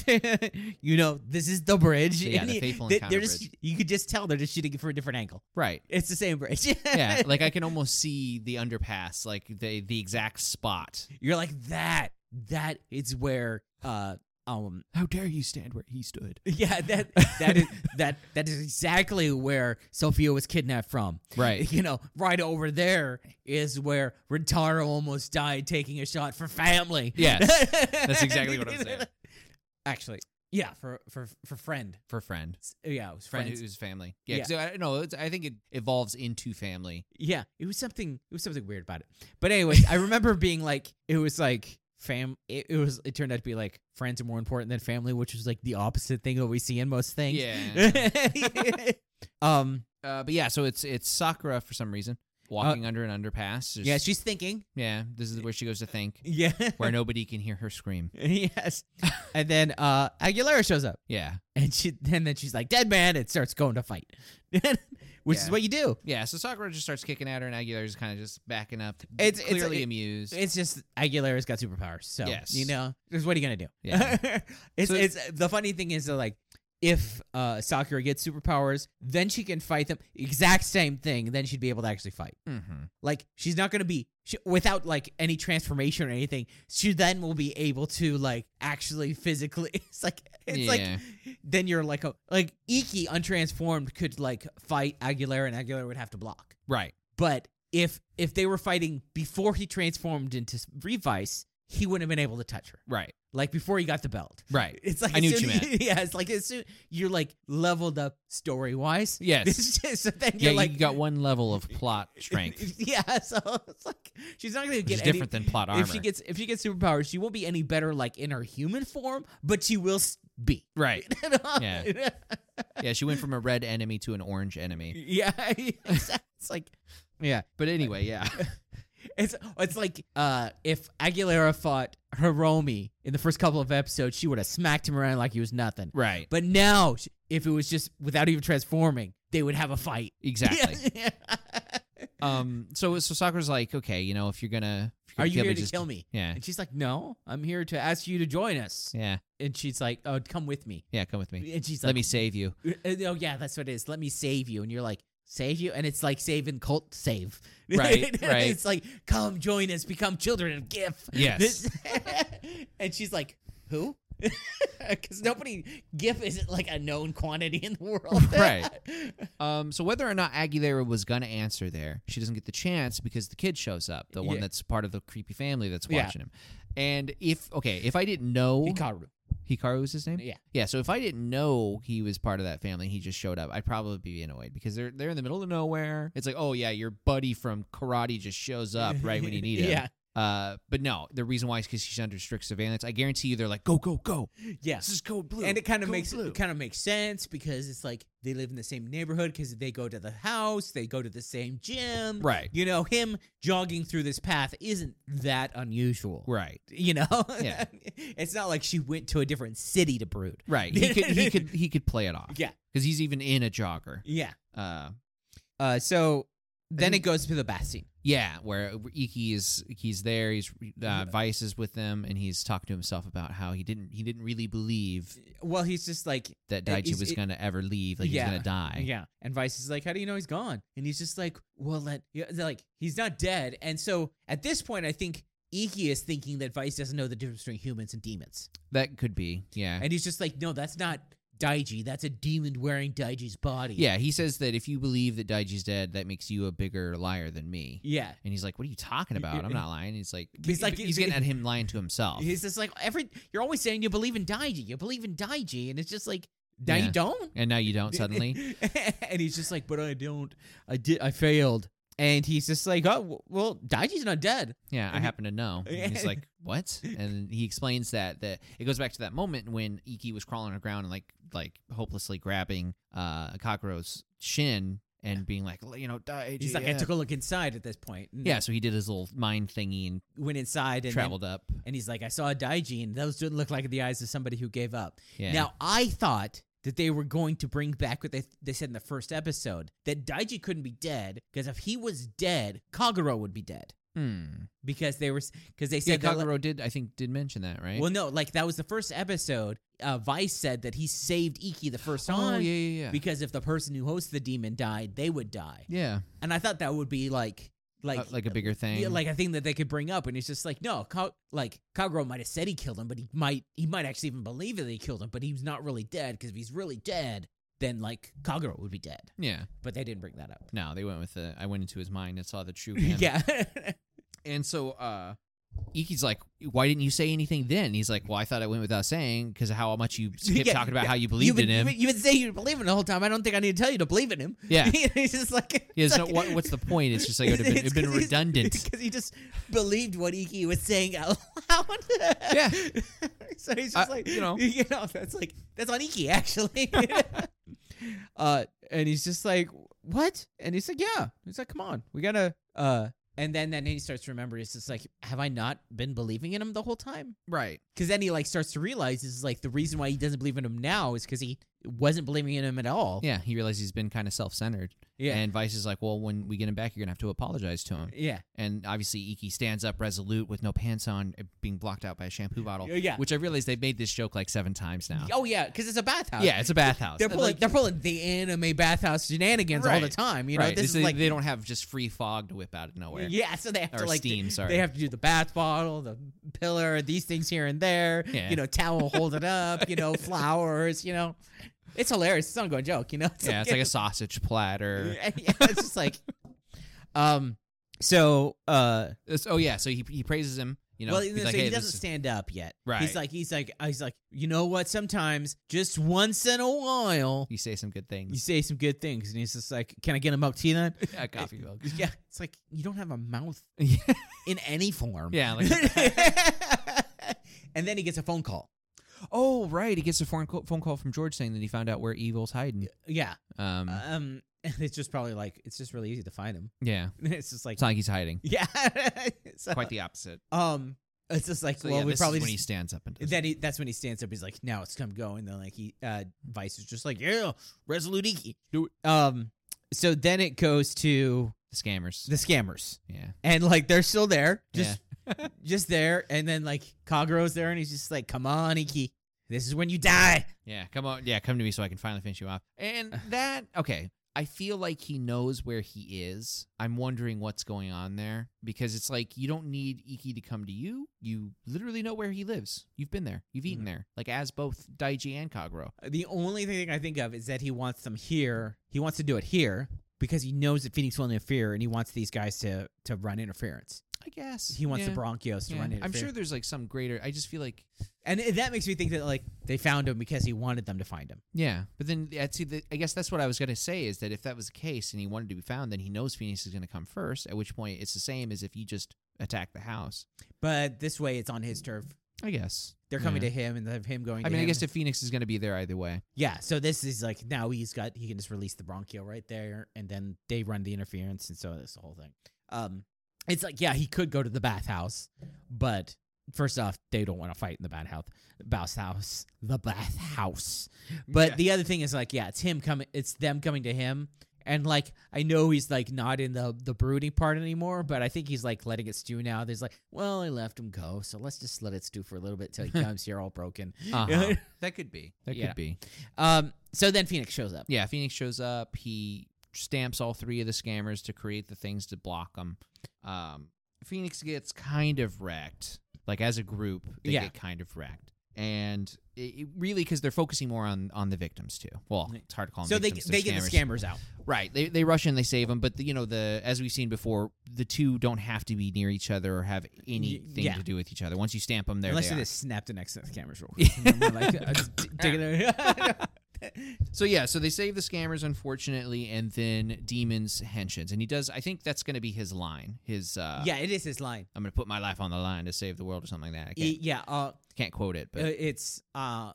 you know this is the bridge.
Yeah,
and
the
you-
Fateful
they-
Encounter
they're just,
bridge.
You could just tell they're just shooting it from a different angle.
Right.
It's the same bridge.
Yeah. like I can almost see the underpass, like the the exact spot.
you're like that. That is where. Uh, um.
How dare you stand where he stood?
Yeah. That. That is. that. That is exactly where Sophia was kidnapped from.
Right.
you know, right over there is where Rentaro almost died taking a shot for family.
Yes, that's exactly what I'm saying.
Actually, yeah, for for for friend.
For friend.
S- Yeah, it was
Friend
friends.
who's family. Yeah.
Yeah.
So I no, it's, I think it evolves into family.
yeah, it was something. It was something weird about it. But anyways, I remember being like, it was like fam. It, it was. It turned out to be like friends are more important than family, which is like the opposite thing that we see in most things.
Yeah.
um.
uh, but yeah, so it's it's Sakura for some reason walking under an underpass.
Yeah,
There's-
she's thinking.
yeah. This is where she goes to think,
Yeah.
where nobody can hear her scream.
yes. And then uh Aguilera shows up.
Yeah.
And she and then she's like, dead man, and starts going to fight. Which is
Yeah.
what you do.
Yeah, so Sakura just starts kicking at her, and Aguilar's kind of just backing up,
It's- it's-
clearly
it-
amused.
It's just Aguilera's got superpowers. So
Yes.
you know, there's what are you gonna do?
Yeah.
it's
So-
it's the funny thing is that like if uh Sakura gets superpowers, then she can fight them. Exact same thing, then she'd be able to actually fight.
mm-hmm.
Like she's not gonna be she, without like any transformation or anything. She then will be able to like actually physically. It's like it's
Yeah.
like then you're like a like Iki untransformed could like fight Aguilera and Aguilera would have to block.
Right.
But if if they were fighting before he transformed into s- Revice, he wouldn't have been able to touch her.
Right.
Like before he got the belt.
Right.
It's like
I knew
as
what you
soon- Yeah, it's like as soon you're like leveled up story wise.
Yes.
so then
Yeah,
you're like
you got one level of plot strength,
yeah, so it's like she's not gonna
which
get
is
any,
different than plot armor.
if she gets if she gets superpowers, she won't be any better like in her human form, but she will s- be.
right.
yeah,
Yeah. Yeah, she went from a red enemy to an orange enemy.
yeah. It's like
Yeah. But anyway, yeah.
it's it's like uh, if Aguilera fought Hiromi in the first couple of episodes, she would have smacked him around like he was nothing.
right.
But now, sh- if it was just without even transforming, they would have a fight.
Exactly.
Yeah.
Um. So so Sakura's like, okay, you know, if you're gonna, if you're
Are you
gonna
here to
just-
kill me?
Yeah.
And she's like, No, I'm here to ask you to join us.
Yeah.
And she's like, Oh, come with me.
Yeah. Come with me.
And she's
Let
like,
me save you.
Uh, Oh yeah, that's what it is. Let me save you, and you're like save you, and it's like saving cult save.
Right, right.
It's like come join us, become children of GIF.
Yes.
and she's like, who? Because nobody GIF isn't like a known quantity in the world,
Right. Um, so whether or not Aguilera was gonna answer there, she doesn't get the chance because the kid shows up, the one
Yeah.
that's part of the creepy family that's
Yeah.
watching him. And if okay, if I didn't know
Hikaru.
Hikaru is his name,
Yeah.
yeah. So if I didn't know he was part of that family, he just showed up. I'd probably be annoyed because they're they're in the middle of nowhere. It's like, oh yeah, your buddy from karate just shows up right when you need him.
Yeah.
Uh, but no, the reason why is because she's under strict surveillance. I guarantee you, they're like, go, go, go. This
Yes.
is code blue.
And it kind of
Code
makes
blue.
it kind of makes sense because it's like they live in the same neighborhood because they go to the house, they go to the same gym.
right,
You know, him jogging through this path isn't that unusual.
right,
You know?
Yeah.
it's not like she went to a different city to brood.
right. He could, he could, he could play it off.
Yeah.
because he's even in a jogger.
Yeah.
Uh,
Uh, so then it
think-
goes to the bath scene.
yeah, where Iki is, he's there. He's uh,
Yeah.
Vice is with them, and he's talking to himself about how he didn't, he didn't really believe
Well, he's just like,
that
Uh,
Daichi
is
was
it-
gonna ever leave. Like
Yeah.
he's gonna die.
yeah. And Vice is like, how do you know he's gone? And he's just like, well, let yeah, they're like he's not dead. And so at this point, I think Iki is thinking that Vice doesn't know the difference between humans and demons,
That could be. Yeah.
and he's just like, no, that's not Daiji. That's a demon wearing Daiji's body.
yeah, he says that if you believe that Daiji's dead, that makes you a bigger liar than me.
yeah.
And he's like, "What are you talking about? I'm not lying." He's like,
He's
he's
like-
like, he's getting at him lying to himself.
He's just like every. You're always saying you believe in Daiji. You believe in Daiji, and it's just like now you
Yeah.
don't.
And now you don't suddenly.
and he's just like, but I don't. I did. I failed. And he's just like, oh w- well, Daiji's not dead.
Yeah, I
And he-
happen to know. And he's like, "What?" And he explains that that it goes back to that moment when Iki was crawling on the ground and like like hopelessly grabbing uh Kakuro's shin and being like, "You know, Daiji."
He's like, I
yeah."
took a look inside at this point. And
Yeah, so he did his little mind thingy and
went inside and
traveled up.
and he's like, I saw a Daiji, and those didn't look like the eyes of somebody who gave up.
Yeah.
Now I thought that they were going to bring back what they they said in the first episode that Daiji couldn't be dead because if he was dead, Kaguro would be dead
Hmm.
because they were because they
Yeah,
said that, like-
Kaguro did. I think did mention that, right?
Well, no, like that was the first episode. Uh, Vice said that he saved Iki the first
oh yeah,
time.
yeah, yeah.
because if the person who hosts the demon died, they would die.
yeah,
And I thought that would be like, like, uh,
like, like a bigger thing.
yeah, like a thing that they could bring up. And it's just like, no, Ka- like Kaguro might have said he killed him, but he might, he might actually even believe that he killed him, but he's not really dead because if he's really dead, then like Kaguro would be dead.
yeah.
But they didn't bring that up.
No, they went with the. I went into his mind and saw the true. him.
Yeah,
And so uh Iki's like, why didn't you say anything then? He's like, well, I thought I went without saying because of how much you kept
Yeah,
talking about how you believed
you've been,
in him.
you've been saying you believe in him the whole time. I don't think I need to tell you to believe in him.
yeah.
he's just like,
He has no, what, what's the point? It's just like it would have been, it'd been redundant.
because he just believed what Iki was saying out loud.
Yeah.
so he's
I-
just like,
you know.
you know, that's like that's on Iki actually. uh, and he's just like, what? And he's like, yeah. He's like, come on, we gotta. Uh, and then then he starts to remember. It's just like, have I not been believing in him the whole time?
Right.
Because then he like starts to realize is like the reason why he doesn't believe in him now is because he wasn't believing in him at all.
Yeah. He realized he's been kind of self centered.
Yeah.
And Vice is like, well, when we get him back, you're going to have to apologize to him.
yeah.
And obviously, Iki stands up resolute with no pants on, uh, being blocked out by a shampoo bottle.
Yeah.
Which I realize they've made this joke like seven times now.
Oh yeah, because it's a bathhouse.
Yeah, it's a bathhouse.
They're
And,
pulling,
like,
they're pulling the anime bathhouse shenanigans all the
Right.
time. You know,
right,
this is like
they don't have just free fog to whip out of nowhere.
yeah. So they have to
Or
like
steam, sorry.
they have to do the bath bottle, the pillar, these things here and there.
Yeah.
You know, towel holding up. You know, flowers. You know, it's hilarious. It's an ongoing joke. You know,
yeah, it's like a sausage platter.
yeah, it's just like, um. So, uh,
It's- Oh yeah, so he he praises him. You know,
well,
he's
so
like,
he
"Hey, this
doesn't
is-
stand up yet. He's
Right.
like, he's like, he's like, you know what? Sometimes, just once in a while,
you say some good
you
things.
say some good things, and he's just like, "Can I get a milk tea then?"
yeah, coffee milk.
Yeah, it's like you don't have a mouth
yeah,
in any form.
like
and then he gets a phone call.
oh right, he gets a phone call, phone call from George saying that he found out where Evil's hiding.
Yeah.
Um,
Um. And it's just probably like it's just really easy to find him.
yeah,
It's just like
it's not like he's hiding.
yeah. So,
Quite the opposite.
um. It's just like
So
well,
yeah,
we
this
probably
is when he
just-
stands up and does
then he, that's when he stands up. He's like, now it's come go. And then like he uh, Vice is just like, yeah, resolute Iki.
Do
it. Um. So then it goes to
the scammers.
the scammers.
yeah,
and like they're still there, just just there. And then like Kaguro's there, and he's just like, "Come on, Iki, this is when you die."
yeah. Come on, yeah, come to me so I can finally finish you off. And that okay. I feel like he knows where he is. I'm wondering what's going on there because it's like you don't need Iki to come to you. You literally know where he lives. You've been there. You've eaten
Mhm.
there. Like as both Daiji and Kaguro.
The only thing I think of is that he wants them here. He wants to do it here because he knows that Phoenix will interfere, and he wants these guys to to run interference.
I guess
He wants
Yeah.
the Bronchios to
Yeah.
run interference.
I'm sure there's like some greater. I just feel like
and it- that makes me think that like they found him because he wanted them to find him.
yeah. But then yeah, see, the, I guess that's what I was gonna say is that if that was the case and he wanted to be found, then he knows Phoenix is gonna come first. At which point, it's the same as if you just attack the house.
But this way, it's on his turf.
I guess
They're coming
Yeah.
to him, and they have him going. to
I mean, I
him.
guess if Phoenix is going to be there either way,
yeah. So this is like now he's got he can just release the bronchio right there, and then they run the interference, and so this whole thing. Um, it's like yeah, he could go to the bathhouse, but first off, they don't want to fight in the bathhouse, bathhouse, the bathhouse. But
Yeah.
the other thing is like, yeah, it's him coming. It's them coming to him, and like I know he's like not in the the brooding part anymore, but I think he's like letting it stew now. There's like, well, I left him go, so let's just let it stew for a little bit till he comes here all broken.
Uh-huh. that could be. That
Yeah.
could be.
um, so then Phoenix shows up.
Yeah, Phoenix shows up. He stamps all three of the scammers to create the things to block them. Um, Phoenix gets kind of wrecked. Like as a group, they
Yeah.
get kind of wrecked, and it, it really because they're focusing more on on the victims too. Well, it's hard to call them.
So they
victims,
they
they're
get the scammers out.
Right. They they rush in, they save them, but the, you know the as we've seen before, the two don't have to be near each other or have anything
yeah.
to do with each other. Once you stamp them, there
Unless
they
it
are.
is snapped the next to the cameras real quick. And then we're like, uh, just d- dig it
So yeah, so they save the scammers unfortunately, and then demons henchins, and he does. I think that's going to be his line. His uh,
out. yeah, it is his line.
I'm going to put my life on the line to save the world or something like that. I can't,
E- yeah, uh,
can't quote it, but
uh, it's uh,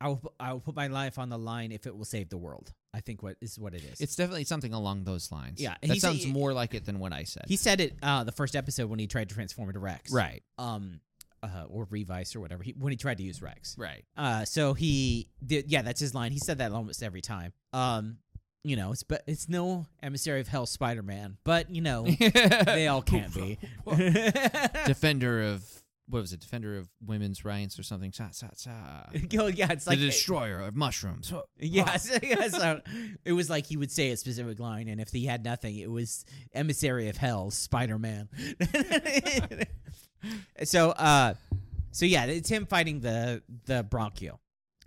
I will pu- I will put my life on the line if it will save the world. I think what is what it is.
it's definitely something along those lines.
Yeah,
that
he's-
sounds
he-
more like it than what I said.
he said it uh, the first episode when he tried to transform into Rex.
right,
Um. Uh, or Revice or whatever. He, when he tried to use Rex.
right.
Uh, so he did. Yeah, that's his line. He said that almost every time. Um, you know, it's but it's no emissary of hell, Spider Man. But you know, they all can't be.
defender of what was it? Defender of women's rights or something. Sa sa sa.
Oh, yeah, it's
the
like
destroyer of mushrooms. Huh.
yes, yes. uh, It was like he would say a specific line, and if he had nothing, it was emissary of hell, Spider Man. so, uh, so yeah, it's him fighting the the bronchio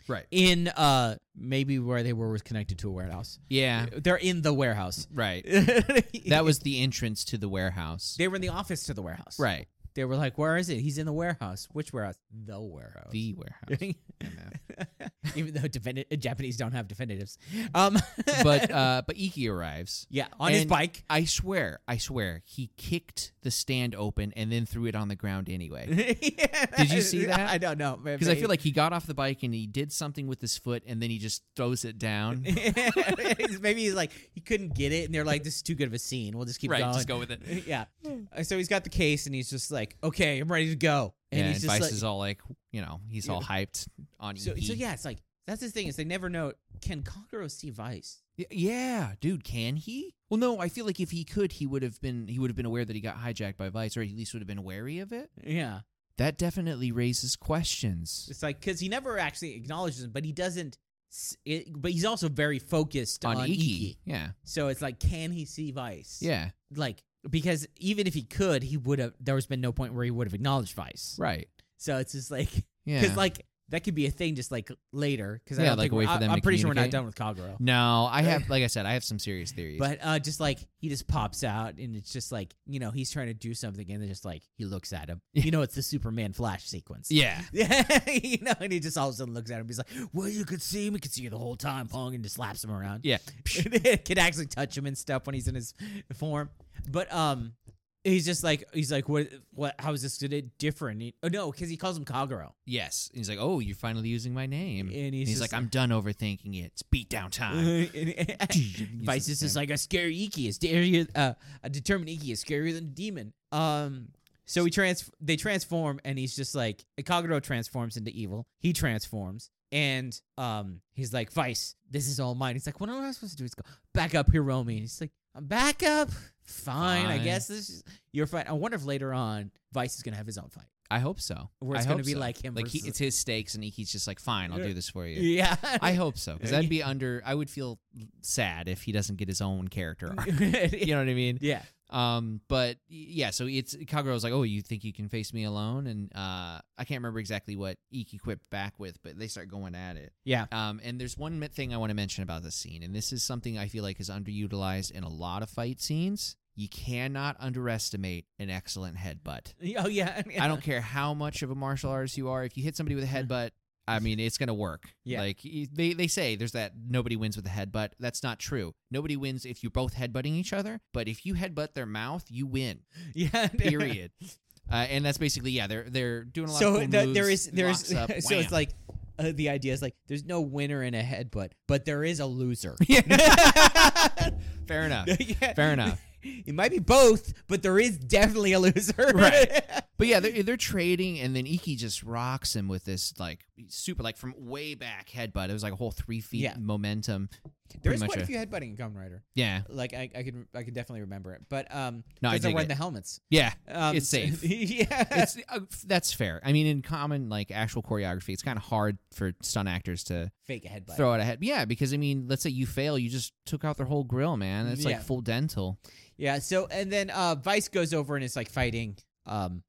Right.
in uh maybe where they were was connected to a warehouse.
Yeah.
They're in the warehouse.
Right.
that
That was the entrance to the warehouse.
they were in the office to the warehouse.
Right.
They were like, "Where is it? He's in the warehouse. Which warehouse? The warehouse."
The warehouse. MF.
Even though defini- Japanese don't have definitives. Um,
but uh, but Iki arrives.
yeah, on his
and-
bike.
I swear, I swear, he kicked the stand open and then threw it on the ground anyway.
Did
you see that?
I don't know
Because I feel like he got off the bike and he did something with his foot and then he just throws it down.
maybe he's like he couldn't get it, and they're like, "This is too good of a scene. We'll just keep going."
go with it. And,
yeah. Uh, So he's got the case, and he's just like, "Okay, I'm ready to go." And he's just
Vice
like,
is all like, you know, he's all hyped on
so,
Iki.
so yeah, it's like that's his thing is they never know. Can Conqueror see Vice?
Y- Yeah, dude, can he? Well, no, I feel like if he could, he would have been he would have been aware that he got hijacked by Vice, or at least would have been wary of it.
Yeah,
That definitely raises questions
it's like because he never actually acknowledges him, but he doesn't. s- It, but he's also very focused on,
on, Iki.
Iki.
Yeah,
So it's like, can he see Vice?
yeah,
like because even if he could, he would have. There was been no point where he would have acknowledged Vice.
right.
So it's just like
Yeah,
because like that could be a thing just like later because I
Yeah,
don't
like
think
a way
we're-
for them
I, am
to
pretty sure we're not
communicate.
done with Kagura.
No, I have, like I said, I have some serious theories.
But uh, just like he just pops out and it's just like you know he's trying to do something and then just like he looks at him. You know it's the Superman Flash sequence.
yeah,
Yeah, you know, and he just all of a sudden looks at him. He's like, "Well, you could see him. You could see you the whole time, Pong," and just slaps him around.
yeah,
can actually touch him and stuff when he's in his form. But um, he's just like he's like what what how is this gonna different? He- oh no, because he calls him Kaguro,
yes. And he's like, "Oh, you're finally using my name."
and
And
he's,
he's,
just Mm-hmm.
like, "I'm done overthinking it. It's beat down time."
and- Vice is just like a scary Iki is scarier, uh, a determined Iki is scarier than a demon. Um, so he trans they transform, and he's just like Kaguro transforms into evil. He transforms, and um, he's like Vice, this is all mine. He's like, what am I supposed to do? He's go back up, Hiromi. And he's like, I'm back up. Fine, I
Fine.
guess this is you're fine. I wonder if later on Vice is gonna have his own fight.
I hope so.
Where it's
I
gonna
hope
be
so.
like him
Like he,
versus-
it's his stakes, and he's just like, "Fine, I'll do this for you."
Yeah,
I hope so, because that'd be under. I would feel sad if he doesn't get his own character arc. you know what I mean?
yeah,
Um, but y- yeah, so it's Kaguro's like, "Oh, you think you can face me alone?" And uh, I can't remember exactly what Iki quipped back with, but they start going at it.
yeah.
Um, and there's one mi- thing I want to mention about this scene, and this is something I feel like is underutilized in a lot of fight scenes. You cannot underestimate an excellent headbutt.
Oh yeah. Mm-hmm.
I don't care how much of a martial artist you are. If you hit somebody with a headbutt, I mean, it's gonna work.
Yeah.
Like y- they they say there's that nobody wins with a headbutt. That's not true. Nobody wins if you both headbutting each other. But if you headbutt their mouth, you win.
Yeah.
Period. uh, and that's basically yeah. They're they're doing a lot.
so
of cool
the-
moves,
there is there is
locks up,
so it's
wham.
like uh, the idea is like there's no winner in a headbutt, but there is a loser.
Yeah. fair enough.
Yeah.
Fair enough.
It might be both, but there is definitely a loser.
Right. But yeah, they're, they're trading, and then Iki just rocks him with this like super like from way back headbutt. It was like a whole three feet
Yeah.
momentum.
there
Pretty
is
much
quite a
a-
few headbutting in Gun Rider.
Yeah,
Like I, I can I can definitely remember it, but um,
No, I
because they're
dig
wearing
it.
the helmets.
yeah,
Um,
It's safe.
yeah.
it's uh, f- that's fair. I mean, in common like actual choreography, it's kind of hard for stunt actors to
fake a headbutt.
throw out a head. Yeah, because I mean, let's say you fail, you just took out their whole grill, man. It's
Yeah.
like full dental.
Yeah. So and then uh, Vice goes over and is like fighting um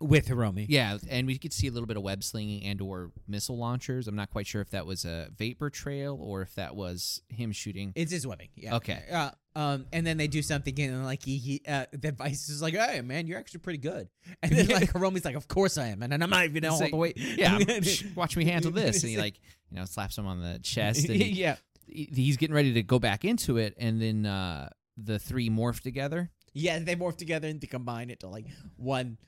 with Hiromi.
Yeah, and we could see a little bit of web slinging and or missile launchers. I'm not quite sure if that was a vapor trail or if that was him shooting.
It's his webbing. Yeah.
Okay.
Uh, um, and then they do something and then, like he, he uh, the Vice is like, "Hey, man, you're actually pretty good." And then like Hiromi's like, "Of course I am," and then I'm not even
It's
all
like,
the way.
yeah, I'm- shh, watch me handle this. And he like, you know, slaps him on the chest. And he-
yeah.
he- he's getting ready to go back into it, and then uh, the three morph together.
Yeah, they morph together and they combine it to like one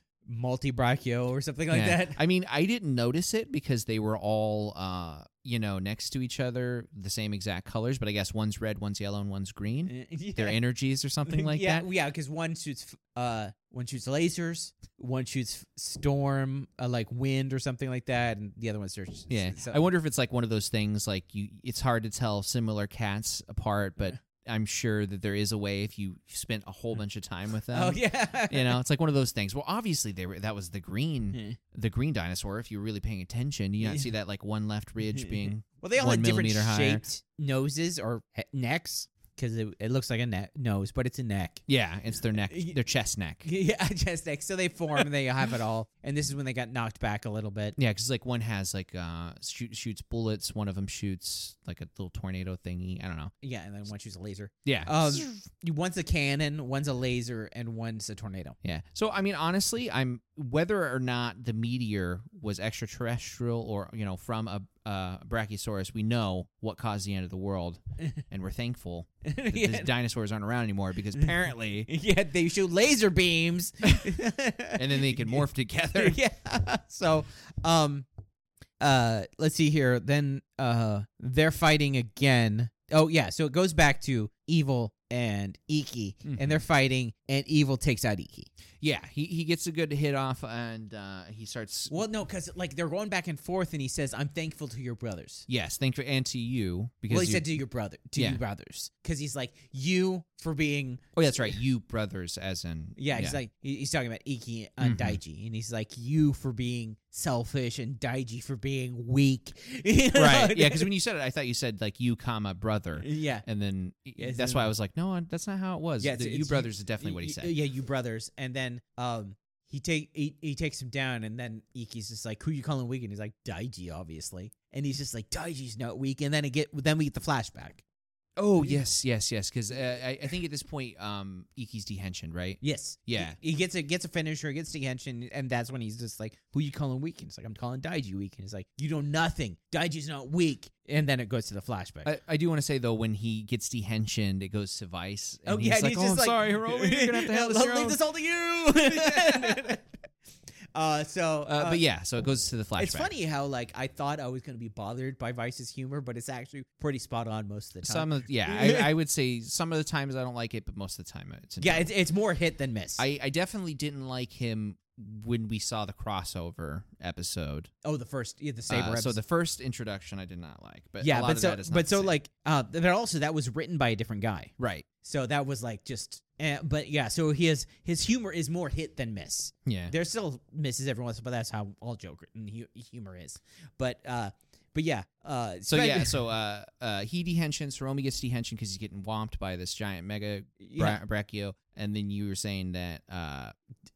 multi-brachio or something like
Yeah.
that.
I mean, I didn't notice it because they were all, uh, you know, next to each other, the same exact colors. But I guess one's red, one's yellow, and one's green.
Yeah.
Their energies or something like
yeah,
that.
Yeah, because one shoots uh one shoots lasers, one shoots storm, uh, like wind or something like that, and the other one's search.
Yeah.
so-
I wonder if it's like one of those things like you it's hard to tell similar cats apart, but I'm sure that there is a way if you spent a whole bunch of time with them.
oh yeah.
You know, it's like one of those things. Well, obviously they were that was the green
Yeah.
the green dinosaur if you're really paying attention. You
Yeah.
not see that like one left ridge being
Well, they all
one
had different
millimeter higher.
shaped noses or he- necks because it, it looks like a ne- nose, but it's a neck.
Yeah, it's their neck
Y-
their chest neck.
Yeah, just neck. So they form and they have it all. And this is when they got knocked back a little bit.
Yeah, because like one has like uh shoot, shoots bullets, one of them shoots like a little tornado thingy. I don't know.
Yeah, and then one shoots a laser.
Yeah,
Um, one's a cannon, one's a laser, and one's a tornado.
yeah. So I mean, honestly, I'm whether or not the meteor was extraterrestrial or you know from a uh, brachiosaurus, we know what caused the end of the world, and we're thankful that
yeah.
these dinosaurs aren't around anymore because apparently,
yeah, they shoot laser beams.
and then they can morph together.
yeah. So, um, uh, let's see here. Then, uh, they're fighting again. Oh yeah. So it goes back to evil and Iki, and
Mm-hmm.
they're fighting, and evil takes out Iki.
Yeah, he he gets a good hit off, and uh, he starts.
Well, no, because like they're going back and forth, and he says, "I'm thankful to your brothers."
Yes, thank you, and to you because
Well, he
you-
said to your brother, to
Yeah.
you brothers, because he's like you for being
Oh, that's right. You brothers, as in
Yeah, he's like he- he's talking about Iki and
Mhm.
Daiji, and he's like you for being selfish and Daiji for being weak. You know?
right. Yeah, because when you said it, I thought you said like you, comma brother,
yeah,
and then
Yes,
that's
and-
why I was like, no, that's not how it was.
Yeah,
Yeah,
it's-
the,
it's
you
you-
brothers is definitely what he
Y-
said.
y- Yeah, you brothers, and then um he take he, he takes him down, and then Iki's just like, who you calling weak? And he's like Daiji, obviously, and he's just like Daiji's not weak, and then it get then we get the flashback.
Oh yes, yes, yes. Because uh, I, I think at this point, um, Iki's dehensioned, right?
Yes.
Yeah.
He, he gets a gets a finisher, gets the henshin, and that's when he's just like, Who you calling weak? And it's like, I'm calling Daiji weak. And it's like, You know nothing. Daiji's not weak. And then it goes to the flashback.
I, I do want to say though, when he gets dehensioned, it goes to Vice. And he's like,
and
oh, I'm sorry, Hiromi, you're gonna have to handle this
I'll
your
Leave
own."
this all to you. uh, so,
Uh, but yeah, so it goes to the flashback.
it's funny how like I thought I was gonna be bothered by Vice's humor, but it's actually pretty spot on most of the time.
Some of yeah, I, I would say some of the times I don't like it, but most of the time it's
yeah,
enjoyable.
it's, it's more hit than miss.
I, I definitely didn't like him when we saw the crossover episode.
oh, the first, yeah, the saber.
Uh, so
episode.
the first introduction I did not like, but
yeah,
a lot
but
of
so
that is not
but
the
so
same.
like uh, then also that was written by a different guy.
right,
So that was like just, eh, but yeah. So his his humor is more hit than miss.
yeah,
There's still misses every once, but that's how all joke and hu- humor is. But uh, but yeah. Uh,
so
spe-
yeah, so uh, uh, he dehensions, Hiromi gets dehensioned because he's getting whomped by this giant mega
yeah,
bra- brachio, and then you were saying that uh,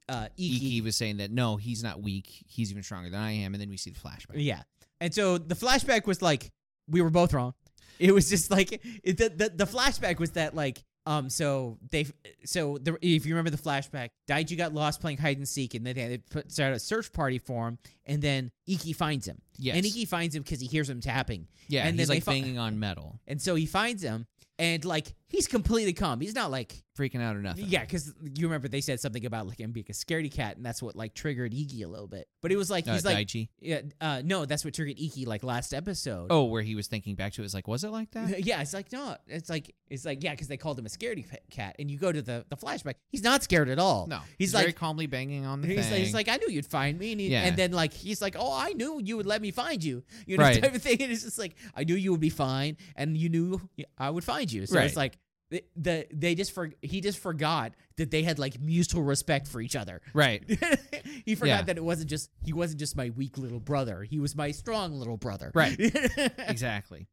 uh, Iki.
Iki was saying that no, he's not weak, he's even stronger than I am, and then we see the flashback.
Yeah, and so the flashback was like we were both wrong. It was just like it, the, the the flashback was that like Um, so they, so the, if you remember the flashback, Daiju got lost playing hide and seek, and then they put started a search party for him, and then Iki finds him,
Yes.
and Iki finds him because he hears him tapping, and
yeah, and he's
then they
like
fi-
banging on metal,
and so he finds him, and like he's completely calm. He's not like
freaking out or nothing.
yeah, because you remember they said something about like him being a scaredy cat, and that's what like triggered Iki a little bit. But it was like
Uh,
he's like
Daichi.
yeah, uh, no, that's what triggered Iki like last episode.
Oh, where he was thinking back to it was like, was it like that?
Yeah, it's like no, it's like it's like yeah, because they called him a scaredy fa- cat, and you go to the the flashback, he's not scared at all.
No,
He's
very
like-
calmly banging on the
He's
thing.
like, he's like, I knew you'd find me, and, he-
Yeah.
and then like he's like, oh, I knew you would let me find you, you know,
Right.
type of thing. And it's just like, I knew you would be fine, and you knew I would find you. So it's
Right.
like the, the they just for he just forgot that they had like mutual respect for each other.
right,
he forgot
Yeah.
that it wasn't just he wasn't just my weak little brother. He was my strong little brother.
Right. exactly.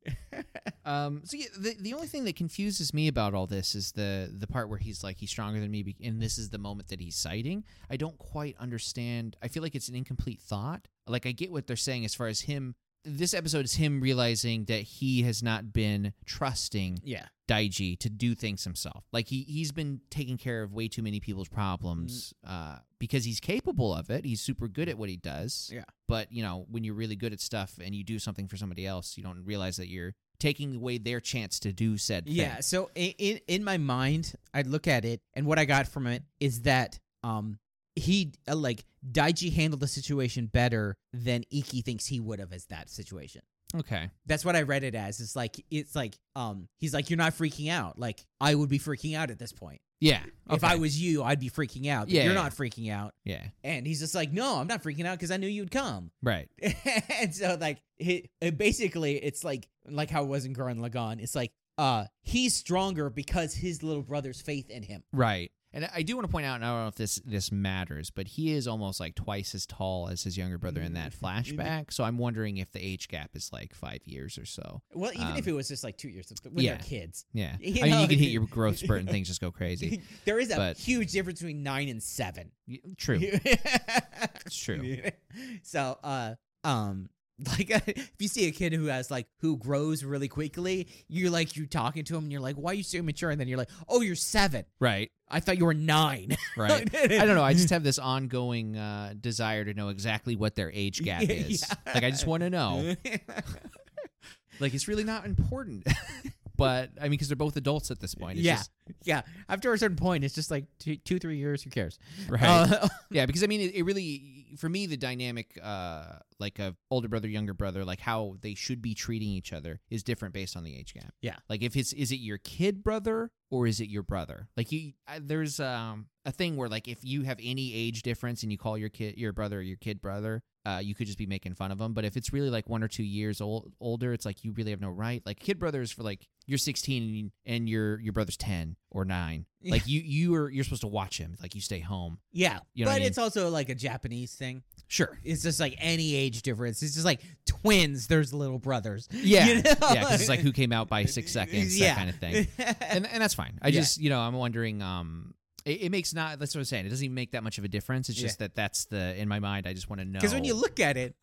um, so yeah, the the only thing that confuses me about all this is the the part where he's like he's stronger than me, be- and this is the moment that he's citing. I don't quite understand. I feel like it's an incomplete thought. Like I get what they're saying as far as him. This episode is him realizing that he has not been trusting
yeah.
Daiji to do things himself. Like he he's been taking care of way too many people's problems
Mm.
uh, because he's capable of it. He's super good at what he does.
Yeah.
But you know, when you're really good at stuff and you do something for somebody else, you don't realize that you're taking away their chance to do said. thing.
Yeah. So i- in in my mind, I look at it, and what I got from it is that um he uh, like Daiji handled the situation better than Iki thinks he would have as that situation.
Okay.
That's what I read it as. It's like it's like um he's like you're not freaking out. Like I would be freaking out at this point.
Yeah.
If
Okay.
I was you, I'd be freaking out. But
Yeah,
you're
yeah.
not freaking out.
Yeah.
And he's just like, no, I'm not freaking out because I knew you'd come.
Right.
and so like he, uh, basically it's like like how it was in Gurren Lagann. It's like uh he's stronger because his little brother's faith in him.
Right. And I- I do want to point out, and I don't know if this this matters, but he is almost like twice as tall as his younger brother in
Mm-hmm.
that flashback. So I'm wondering if the age gap is like five years or so.
Well, even if
Um,
it was just like two years ago, when
yeah.
they're kids,
Yeah.
You
I mean,
know,
you can hit your growth spurt and things just go crazy.
there is a
But-
huge difference between nine and seven.
Y- True.
it's
true.
So uh um. Like if you see a kid who has like who grows really quickly, you're like you talking to him and you're like, "Why are you so immature?" And then you're like, "Oh, you're seven.
Right.
I thought you were nine.
Right. I don't know. I just have this ongoing uh, desire to know exactly what their age gap
Yeah,
is.
yeah.
Like, I just want to know. Like, it's really not important. but I mean, because they're both adults at this point. It's
yeah,
just-
yeah. After a certain point, it's just like two, two three years. Who cares?
right.
Uh,
yeah. Because I mean, it, it really, for me, the dynamic, uh, like of older brother, younger brother, like how they should be treating each other is different based on the age gap.
Yeah.
Like, if it's, is it your kid brother or is it your brother? Like, you, I, there's um, a thing where, like, if you have any age difference and you call your kid, your brother, or your kid brother, uh, you could just be making fun of them. But if it's really like one or two years old, older, it's like you really have no right. Like, kid brothers for like, you're 16 and, you, and your your brother's 10 or 9
Yeah.
like you you are you're supposed to watch him like you stay home
yeah,
You know what
but
I mean?
it's also like a Japanese thing.
sure
It's just like any age difference. It's just like twins. There's little brothers.
Yeah,
You know?
yeah, because it's like who came out by six seconds,
Yeah.
that kind of thing, and and that's fine. I
Yeah.
just you know I'm wondering. Um, it, it makes not that's what I'm saying. It doesn't even make that much of a difference. It's
Yeah.
just that that's the in my mind. I just want to know
Because when you look at it,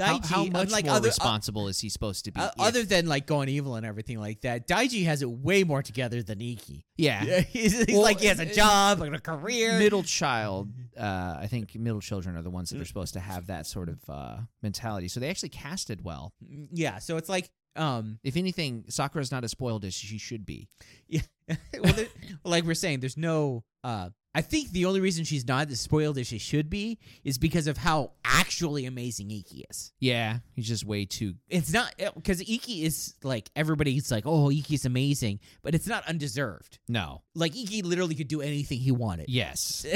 how,
Daiji,
how much
unlike
more
other,
responsible is he supposed to be?
uh,
if-
other than like going evil and everything like that, Daiji has it way more together than Iki.
yeah,
Yeah, he's, he's
Well,
like he has a
and-
job, like a career.
middle child. Uh, I think middle children are the ones
Mm.
that are supposed to have that sort of uh, mentality. So they actually casted well.
yeah, so it's like um
If anything, Sakura's not as spoiled as she should be.
well, there, well, like we're saying, there's no. Uh, I think the only reason she's not as spoiled as she should be is because of how actually amazing Iki is.
Yeah, he's just way too
It's not because Iki is like everybody's like, oh, Iki's amazing, but it's not undeserved.
no.
Like Iki literally could do anything he wanted.
Yes,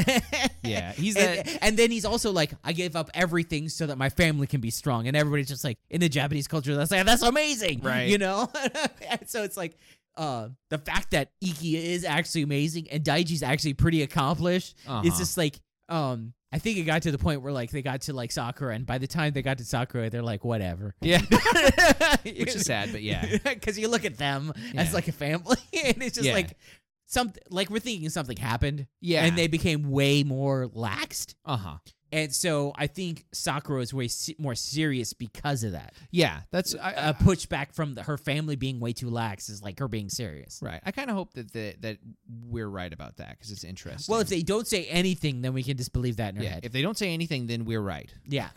yeah, he's that.
And, and then he's also like, I gave up everything so that my family can be strong. And everybody's just like, in the Japanese culture, that's like, that's amazing.
Right.
You know? and so it's like, uh, the fact that Iki is actually amazing and Daiji's actually pretty accomplished
Uh-huh.
it's just like, um, I think it got to the point where like they got to like Sakura, and by the time they got to Sakura, they're like, whatever.
yeah,
Which
which is sad, but yeah,
because you look at them as
Yeah.
like a family, and it's just
Yeah.
like something like we're thinking something happened,
yeah,
and they became way more laxed
uh huh,
And so I think Sakura is way se- more serious because of that.
Yeah, that's I, uh,
A
I-
pushback from the, her family being way too lax is like her being serious.
right. I kind of hope that the, that we're right about that because it's interesting.
Well, if they don't say anything, then we can just believe that in her
yeah,
head.
if they don't say anything, then we're right.
yeah,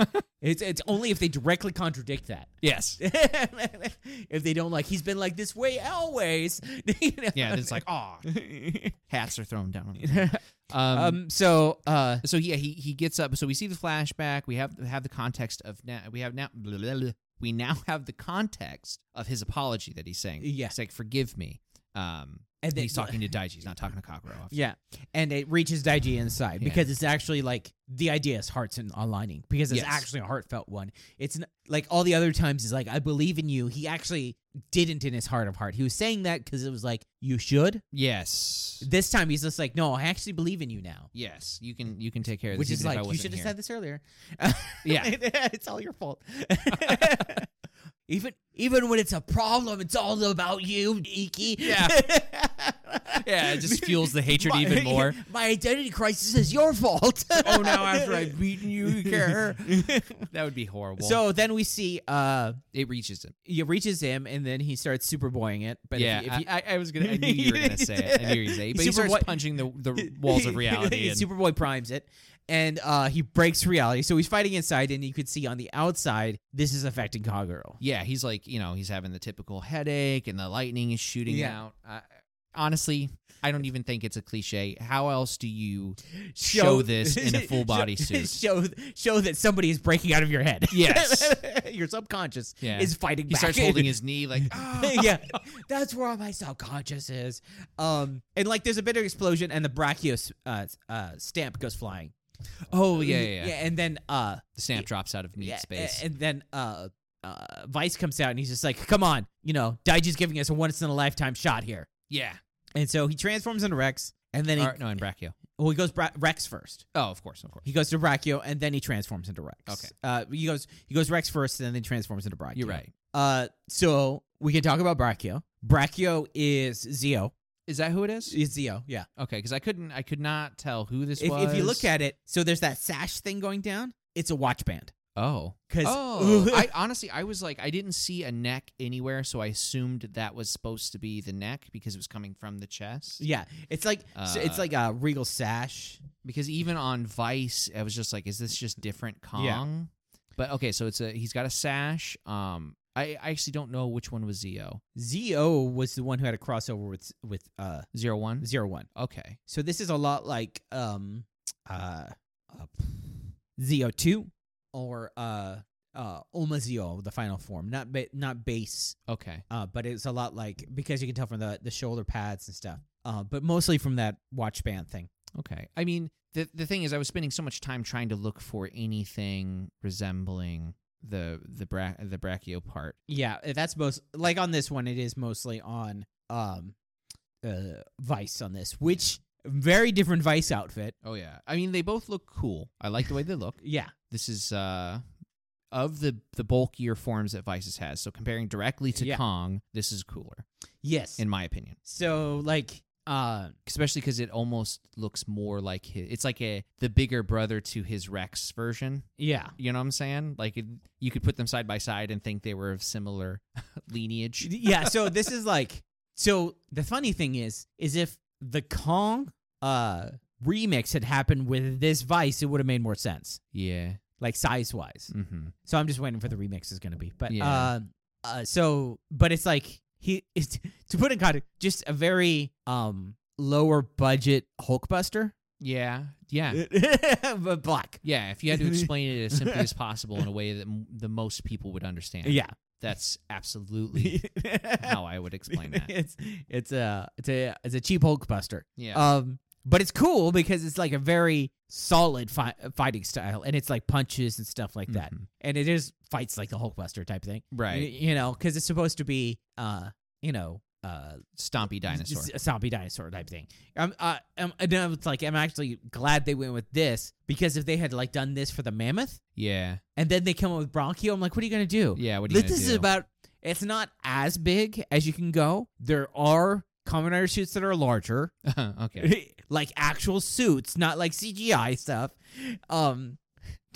it's it's only if they directly contradict that.
Yes.
if they don't like, he's been like this way always. you know?
Yeah, then it's like, oh, hats are thrown down. Um,
um. So, uh,
so yeah, he he gets up. So we see the flashback. We have have the context of now. We have now. Blah, blah, blah. We now have the context of his apology that he's saying.
Yeah.
He's like, "Forgive me." Um,
and then
he's talking to Daiji. He's not talking to Kakuro.
Yeah, and it reaches Daiji inside
Yeah.
because it's actually like the idea is hearts and aligning because it's
Yes.
actually a heartfelt one. It's n like all the other times is like I believe in you. He actually didn't in his heart of heart. He was saying that because it was like you should.
Yes.
This time he's just like, no, I actually believe in you now,
Yes. You can you can take care of this.
which is
even if I
like you
wasn't
should have
here."
said this earlier.
Yeah.
it's all your fault. even even when it's a problem, it's all about you, Iki.
Yeah. Yeah, it just fuels the hatred
My-
even more.
My identity crisis is your fault.
oh, now after I've beaten you, you care. that would be horrible.
So then we see uh
it reaches him.
he reaches him and then he starts superboying it. But
yeah,
if, he- if he,
I, I- I was gonna. I knew you were gonna say it. I knew you were gonna say it. But he
Super
starts
what-
punching the the walls of reality. and-
Superboy primes it and uh he breaks reality. So he's fighting inside and you could see on the outside this is affecting Kaguro.
yeah, he's like, you know, he's having the typical headache and the lightning is shooting
Yeah.
out. I, honestly, I don't even think it's a cliche. How else do you show, this in a full body
show,
suit?
Show show that somebody is breaking out of your head.
Yes.
your subconscious
Yeah.
is fighting
He
back.
starts holding his knee like, "Ah."
yeah, that's where my subconscious is. Um, and like, there's a bit of explosion, and the brachios uh, uh, stamp goes flying.
oh yeah, yeah, yeah.
yeah. And then, uh,
The stamp drops out of meat
yeah,
space.
and then, uh, uh, Vice comes out, and he's just like, "Come on, you know, Daiji's giving us a once in a lifetime shot here."
yeah.
And so he transforms into Rex, and then he,
Or- no, and Brachio.
well, he goes Bra- Rex first.
Oh, of course, of course.
He goes to Brachio, and then he transforms into Rex.
Okay.
Uh, he goes he goes Rex first, and then transforms into Brachio.
You're right.
Uh, so we can talk about Brachio. Brachio is Zeo.
Is that who it is?
It's Zeo, yeah.
Okay, because I couldn't, I could not tell who this
If,
was.
if you look at it, so there's that sash thing going down. It's a watch band.
oh,
Cause
oh, I honestly, I was like, I didn't see a neck anywhere, so I assumed that was supposed to be the neck because it was coming from the chest.
yeah, it's like so it's
Uh,
like a regal sash.
because even on Vice, I was just like, is this just different Kong?
Yeah.
But okay, so it's a he's got a sash. Um, I, I actually don't know which one was Zio
Zo was the one who had a crossover with with uh
zero one.
zero one.
Okay,
So this is a lot like um uh, uh Zo two or uh uh Omazio, the final form, not ba- not base
okay,
uh, but it's a lot like because you can tell from the the shoulder pads and stuff, uh, but mostly from that watch band thing.
okay. I mean, the the thing is, I was spending so much time trying to look for anything resembling the the bra- the brachio part.
Yeah, eh, that's most like on this one. It is mostly on um, uh, Vice on this, which very different Vice outfit.
Oh yeah, I mean, they both look cool. I like the way they look.
Yeah,
This is uh. Of the the bulkier forms that Vices has, so comparing directly to
Yeah.
Kong, this is cooler,
yes.
in my opinion.
so like, uh,
especially because it almost looks more like his, it's like a the bigger brother to his Rex version.
yeah,
You know what I'm saying? Like it, you could put them side by side and think they were of similar lineage.
yeah. So this is like, so the funny thing is, is if the Kong uh remix had happened with this Vice, it would have made more sense,
Yeah.
like size wise.
Mm-hmm.
So I'm just waiting for the remix is going to be. But
Yeah.
um, uh, so but it's like he it's, to put in context, just a very um lower budget Hulkbuster,
Yeah. Yeah.
but black.
Yeah. If you had to explain it as simply as possible in a way that m- the most people would understand,
Yeah,
that's absolutely
how
how I would explain that.
It's it's a it's a it's a cheap Hulkbuster.
Yeah.
Um, but it's cool because it's like a very solid fi- fighting style, and it's like punches and stuff like that,
Mhm.
and it is fights like the Hulkbuster type thing, Y-
Right.
You, know, because it's supposed to be uh, you know, uh,
Stompy dinosaur.
s- zombie dinosaur type thing. Um, uh, um, and I was like, I'm actually glad they went with this because if they had like done this for the mammoth
Yeah.
and then they come up with Bronchio, I'm like, what are you gonna do?
Yeah. What do you
Oh. this
gonna
is
do?
about. It's not as big as you can go. There are Kamen Rider suits that are larger,
okay.
like actual suits, not like CGI stuff. Um,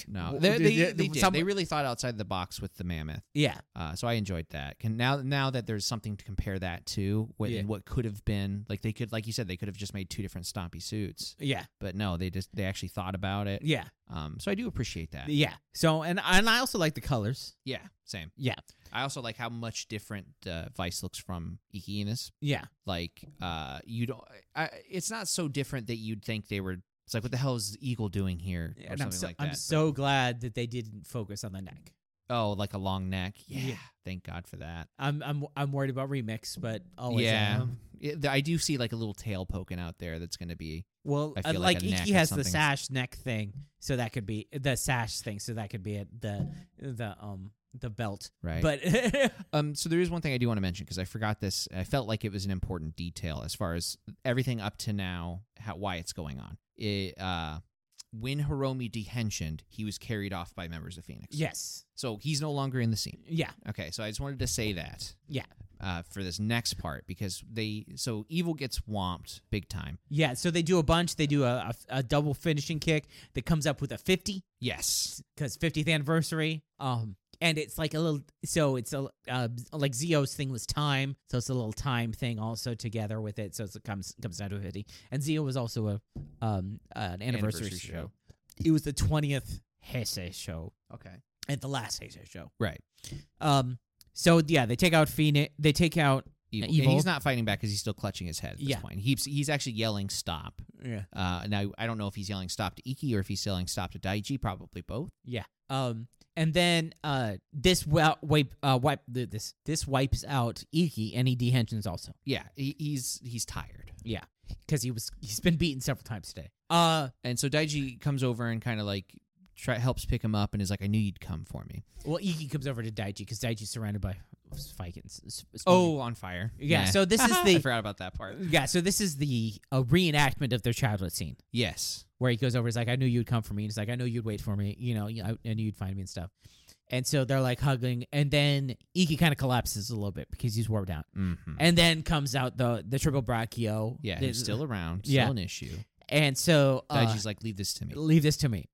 No,
Well,
they
did-
they,
did-
they
did
did.
some-
they really thought outside the box with the mammoth.
Yeah,
Uh, so I enjoyed that. Can now now that there's something to compare that to, what
Yeah.
what could have been like they could like you said they could have just made two different stompy suits,
yeah,
but no, they just they actually thought about it.
yeah,
Um, so I do appreciate that.
yeah. So and and I also like the colors.
Yeah, same.
Yeah,
I also like how much different uh, Vice looks from Iki Inus.
yeah,
Like, uh, you don't. I, it's not so different that you'd think they were. It's like, what the hell is Eagle doing here, or
and
something
I'm so,
like that.
I'm so glad that they didn't focus on the neck.
But- oh, like a long neck. Yeah,
Yeah.
thank God for that.
I'm I'm I'm worried about remix, but always
yeah,
am.
It- I do see like a little tail poking out there. That's going to be
Well,
I
uh,
feel like
like,
a neck
Iki
or
has the
something.
sash neck thing, so that could be the sash thing, so that could be it. The the um the belt,
right.
but
Um, so there is one thing I do want to mention because I forgot this. I felt like it was an important detail as far as everything up to now, how, why it's going on. It, uh, when Hiromi dehensioned, he was carried off by members of Phoenix.
yes,
So he's no longer in the scene.
yeah,
Okay, so I just wanted to say that.
Yeah.
Uh, for this next part because they so evil gets whomped big time.
yeah. So they do a bunch. They do a, a, a double finishing kick that comes up with a fifty
Yes.
because fiftieth anniversary. Um, and it's like a little. So it's a uh, like Zio's thing was time, so it's a little time thing also together with it. So it's- it comes comes down to a fifty. And Zio was also a um an anniversary,
Anniversary
show.
show.
It was the twentieth Heisei show
Okay.
at the last Heisei show.
Right.
Um. So yeah, they take out Phoenix. They take out
Evil. And
Evil.
he's not fighting back because he's still clutching his head at this
Yeah.
point. He's he's actually yelling stop.
yeah.
Uh, now I don't know if he's yelling stop to Iki or if he's yelling stop to Daichi. Probably both.
Um. And then uh, this wa- wipe uh wipe th- this this wipes out Iki and he dehensions also
Yeah, he, he's he's tired,
because he was he's been beaten several times today. Uh.
and so Daichi comes over and kind of like try helps pick him up and is like, "I knew you'd come for me."
Well, Iki comes over to Daichi because Daichi's surrounded by Vikings.
Oh, on fire!
Yeah,
Nah.
so this is
I
the-
forgot about that part.
yeah. So this is the a reenactment of their childhood scene
Yes,
where he goes over. He's like, "I knew you'd come for me." And he's like, "I knew you'd wait for me." You know, "Yeah, I, I knew you'd find me and stuff. And so they're like hugging, and then Iki kind of collapses a little bit because he's warped out.
hmm
And then comes out the the triple brachio.
yeah,
The-
he's still around.
yeah.
Still an issue.
And so uh,
Daiji's like, "Leave this to me,"
leave this to me.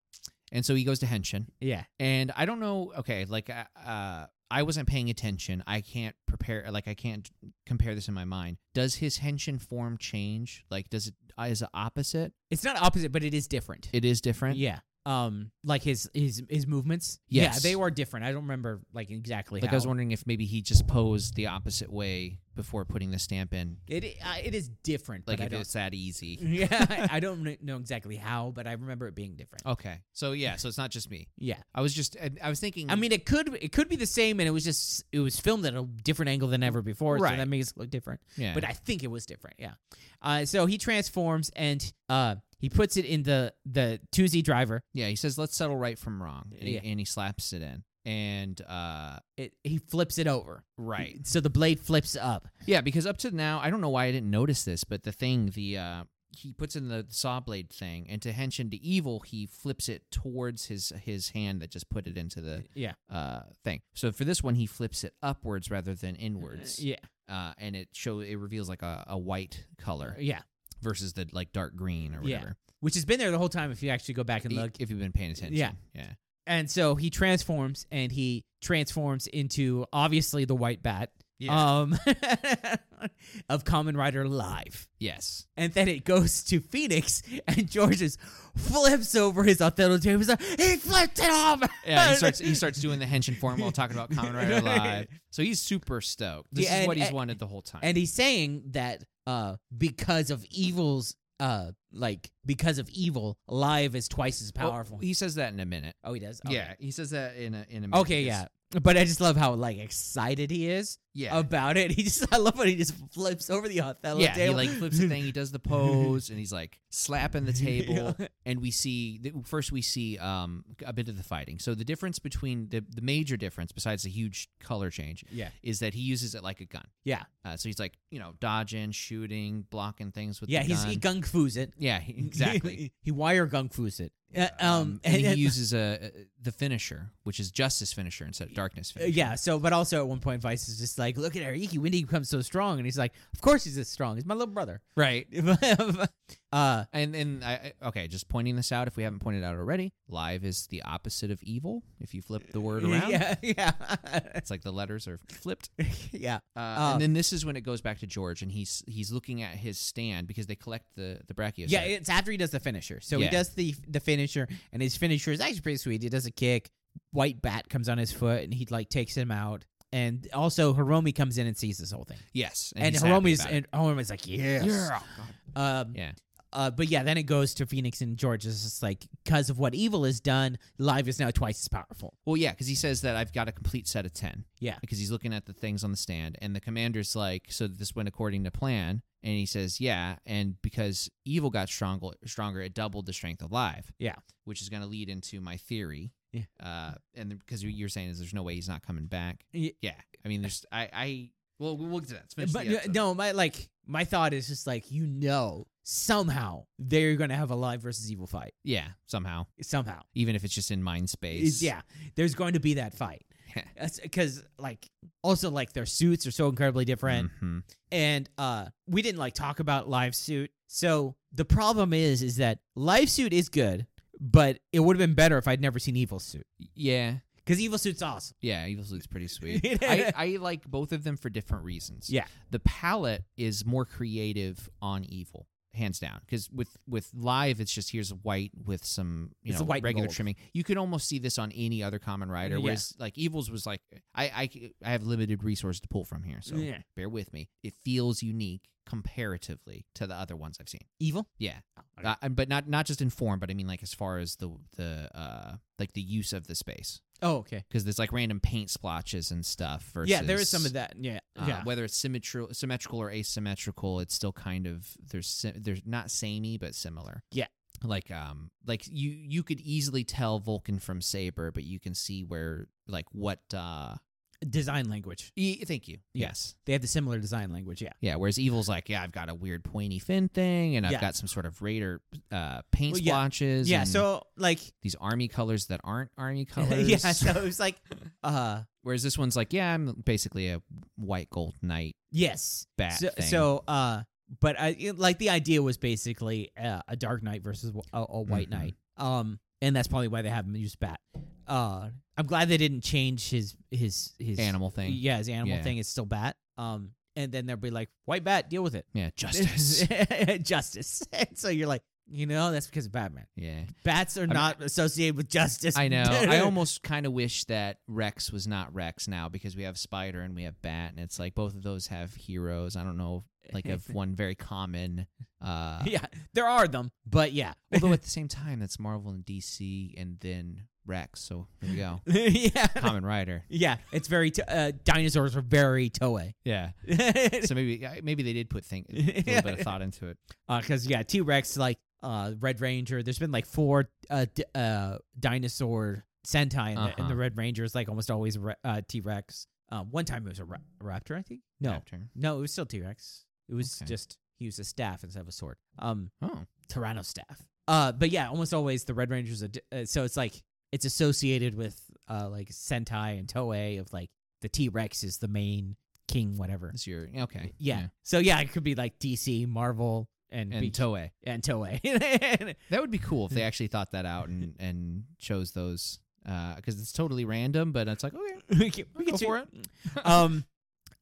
and so he goes to Henshin.
Yeah.
And I don't know. Okay, like uh, uh, I wasn't paying attention. I can't prepare. Like I can't compare this in my mind. Does his henshin form change? Like does it uh, is it opposite?
It's not opposite, but it is different.
It is different.
Yeah. Um, like his his his movements.
Yes.
Yeah, they were different. I don't remember like exactly.
Like
how.
I was wondering if maybe he just posed the opposite way before putting the stamp in.
It i- uh, it is different.
Like
but I
if
don't, Mm.
it's that easy.
yeah, I- I don't kn- know exactly how, but I remember it being different.
Okay. So Oh, yeah. So it's not just me.
Yeah,
I was just. I, I was thinking.
I mean it could it could be the same, and it was just it was filmed at a different angle than ever before, so
Right.
that makes it look different.
yeah.
But I think it was different. Yeah. Uh, so he transforms and uh he puts it in the the two Z driver.
yeah. He says, "Let's settle right from wrong," and,
Yeah.
he, and he slaps it in. And uh,
It, he flips it over.
right.
So the blade flips up.
Yeah, because up to now, I don't know why I didn't notice this, but the thing, the uh, he puts in the saw blade thing, and to Henshin to evil, he flips it towards his his hand that just put it into the
Yeah.
uh thing. So for this one, he flips it upwards rather than inwards,
Yeah.
uh, and it show it reveals like a, a white color
Yeah.
versus the like dark green or
Yeah.
whatever.
Which has been there the whole time if you actually go back and
i-
look.
If you've been paying attention,
Yeah.
yeah,
And so he transforms and he transforms into obviously the white bat.
Uh,
um, of Common Rider Live.
yes,
And then it goes to Phoenix, and George just flips over his Othello table. He's like, he flipped it over.
yeah. He starts he starts doing the Henshin form while talking about Kamen Rider Live, so he's super stoked. This
Yeah,
is
and-
what he's
and-
wanted the whole time.
and he's saying that uh, because of evil's, uh, like, because of evil, Live is twice as
Well,
powerful.
he says that in a minute.
oh, he does?
Yeah, he says that in a in a minute.
Okay, yeah. But I just love how like excited he is
yeah,
about it. He just I love when he just flips over the Othello
yeah. He
table.
like flips the thing. He does the pose, and he's like slapping the table.
Yeah.
And we see th- first we see um a bit of the fighting. So the difference between the the major difference, besides the huge color change,
Yeah.
is that he uses it like a gun.
Yeah.
Uh, so he's like you know dodging, shooting, blocking things with
Yeah,
the
he's
gun.
he gung fu's it.
yeah, he- exactly.
he, wire gung fu's it. Uh, um,
and,
and,
he
and-
uses a, a the finisher, which is justice finisher instead of darkness
uh,
finisher.
yeah. So, but also at one point, Vice is just like, "Look at her, Iki. When did he become so strong?" And he's like, "Of course he's this strong. He's my little brother."
right.
uh,
And and I I- okay, just pointing this out if we haven't pointed it out already. Live is the opposite of evil. If you flip the word around,
yeah, yeah,
it's like the letters are flipped.
yeah.
Uh,
Um,
and then this is when it goes back to George, and he's he's looking at his stand because they collect the the brachiosaur.
Yeah, it's after he does the finisher. So he
Yeah.
does the the finisher, and his finisher is actually pretty sweet. He does a kick, white bat comes on his foot, and he like takes him out. And also Hiromi comes in and sees this whole thing.
yes,
And,
he's happy
Hiromi's
about it.
and Hiromi's like, yes.
Yeah.
Um,
Yeah.
Uh, but yeah, then it goes to Phoenix and George. It's just like because of what evil has done, live is now twice as powerful.
Well, yeah, because he says that I've got a complete set of ten.
Yeah.
because he's looking at the things on the stand, and the commander's like, "So this went according to plan," and he says, "Yeah," and because evil got stronger, stronger, it doubled the strength of live.
Yeah.
which is going to lead into my theory.
Yeah.
uh, and because what you're saying is there's no way he's not coming back.
Ye-
yeah, I mean, there's I I well we'll get to that. Let's finish
But
the episode.
no, my like my thought is just like you know somehow they're gonna have a live versus evil fight
yeah, somehow,
somehow.
even if it's just in mind space.
is yeah there's going to be that fight
Yeah.
because like also like their suits are so incredibly different
Mhm.
and uh we didn't like talk about live suit so the problem is is that live suit is good but it would have been better if i'd never seen evil suit
yeah,
because evil suit's awesome
yeah. Evil Suit's pretty sweet. I, I like both of them for different reasons.
Yeah.
The palette is more creative on evil, hands down. Because with with live, it's just here's white with some you
It's
know
white and
regular
gold.
trimming. You could almost see this on any other common rider.
Yeah.
Whereas like evils was like I, I c- I have limited resources to pull from here, so
Yeah.
bear with me. It feels unique comparatively to the other ones I've seen.
evil
Yeah,
Oh, Okay.
Uh, but not not just in form, but I mean like as far as the the uh like the use of the space
oh okay
because there's like random paint splotches and stuff. Versus,
yeah there is some of that yeah
uh,
yeah
Whether it's symmetrical, symmetrical or asymmetrical, it's still kind of there's si- there's not samey but similar.
Yeah.
Like um like you you could easily tell Vulcan from Saber, but you can see where like what uh
design language
e- thank you
Yeah.
yes
they have the similar design language yeah
yeah whereas Evil's like yeah I've got a weird pointy fin thing and
Yeah.
I've got some sort of Raider uh paint
Well, yeah.
splotches
yeah
and
so like
these army colors that aren't army colors
yeah so it was like uh
whereas this one's like yeah I'm basically a white gold knight
Yes.
bat
so,
thing.
so, uh, but I it- like the idea was basically uh, a dark knight versus wh- a, a white
Mhm.
knight. Um, and that's probably why they haven't used bat. Uh, I'm glad they didn't change his his his
animal thing. Yeah,
Yeah, his animal
Yeah.
thing is still bat. Um, and then they'll be like, white bat, deal with it.
justice.
justice. And so you're like, you know, that's because of Batman.
yeah,
Bats are
mean-
not associated with justice.
I know. I almost kind of wish that Rex was not Rex now because we have Spider and we have Bat, and it's like both of those have heroes. I don't know, like of one very common. Uh,
yeah, there are them, but yeah.
Although at the same time, that's Marvel and DC, and then Rex. So there we go.
yeah.
Common Rider.
Yeah, it's very t- uh, dinosaurs are very Toei.
Yeah.
Uh,
So maybe I- maybe they did put think, a little bit of
Because
thought into it.
yeah, T Rex like uh, Red Ranger. There's been like four uh, d- uh, dinosaur Sentai, and, the, and
Uh-huh.
the Red Ranger is like almost always a re- uh, T Rex. Um, one time it was a, ra- a raptor, I think. No,
Raptor.
no, it was still T Rex. It was
Okay.
just he used a staff instead of a sword. Um,
Oh.
Tyrannostaff. Uh, but yeah, almost always the Red Ranger's a d- uh, so it's like it's associated with uh like Sentai and Toei of like the T Rex is the main king, whatever.
It's your okay.
Yeah. So yeah, it could be like DC, Marvel, and
And
be-
Toei.
and Toei.
That would be cool if they actually thought that out and and chose those because it's totally random, but it's like okay,
we can, we can
Go
do-
for it.
um.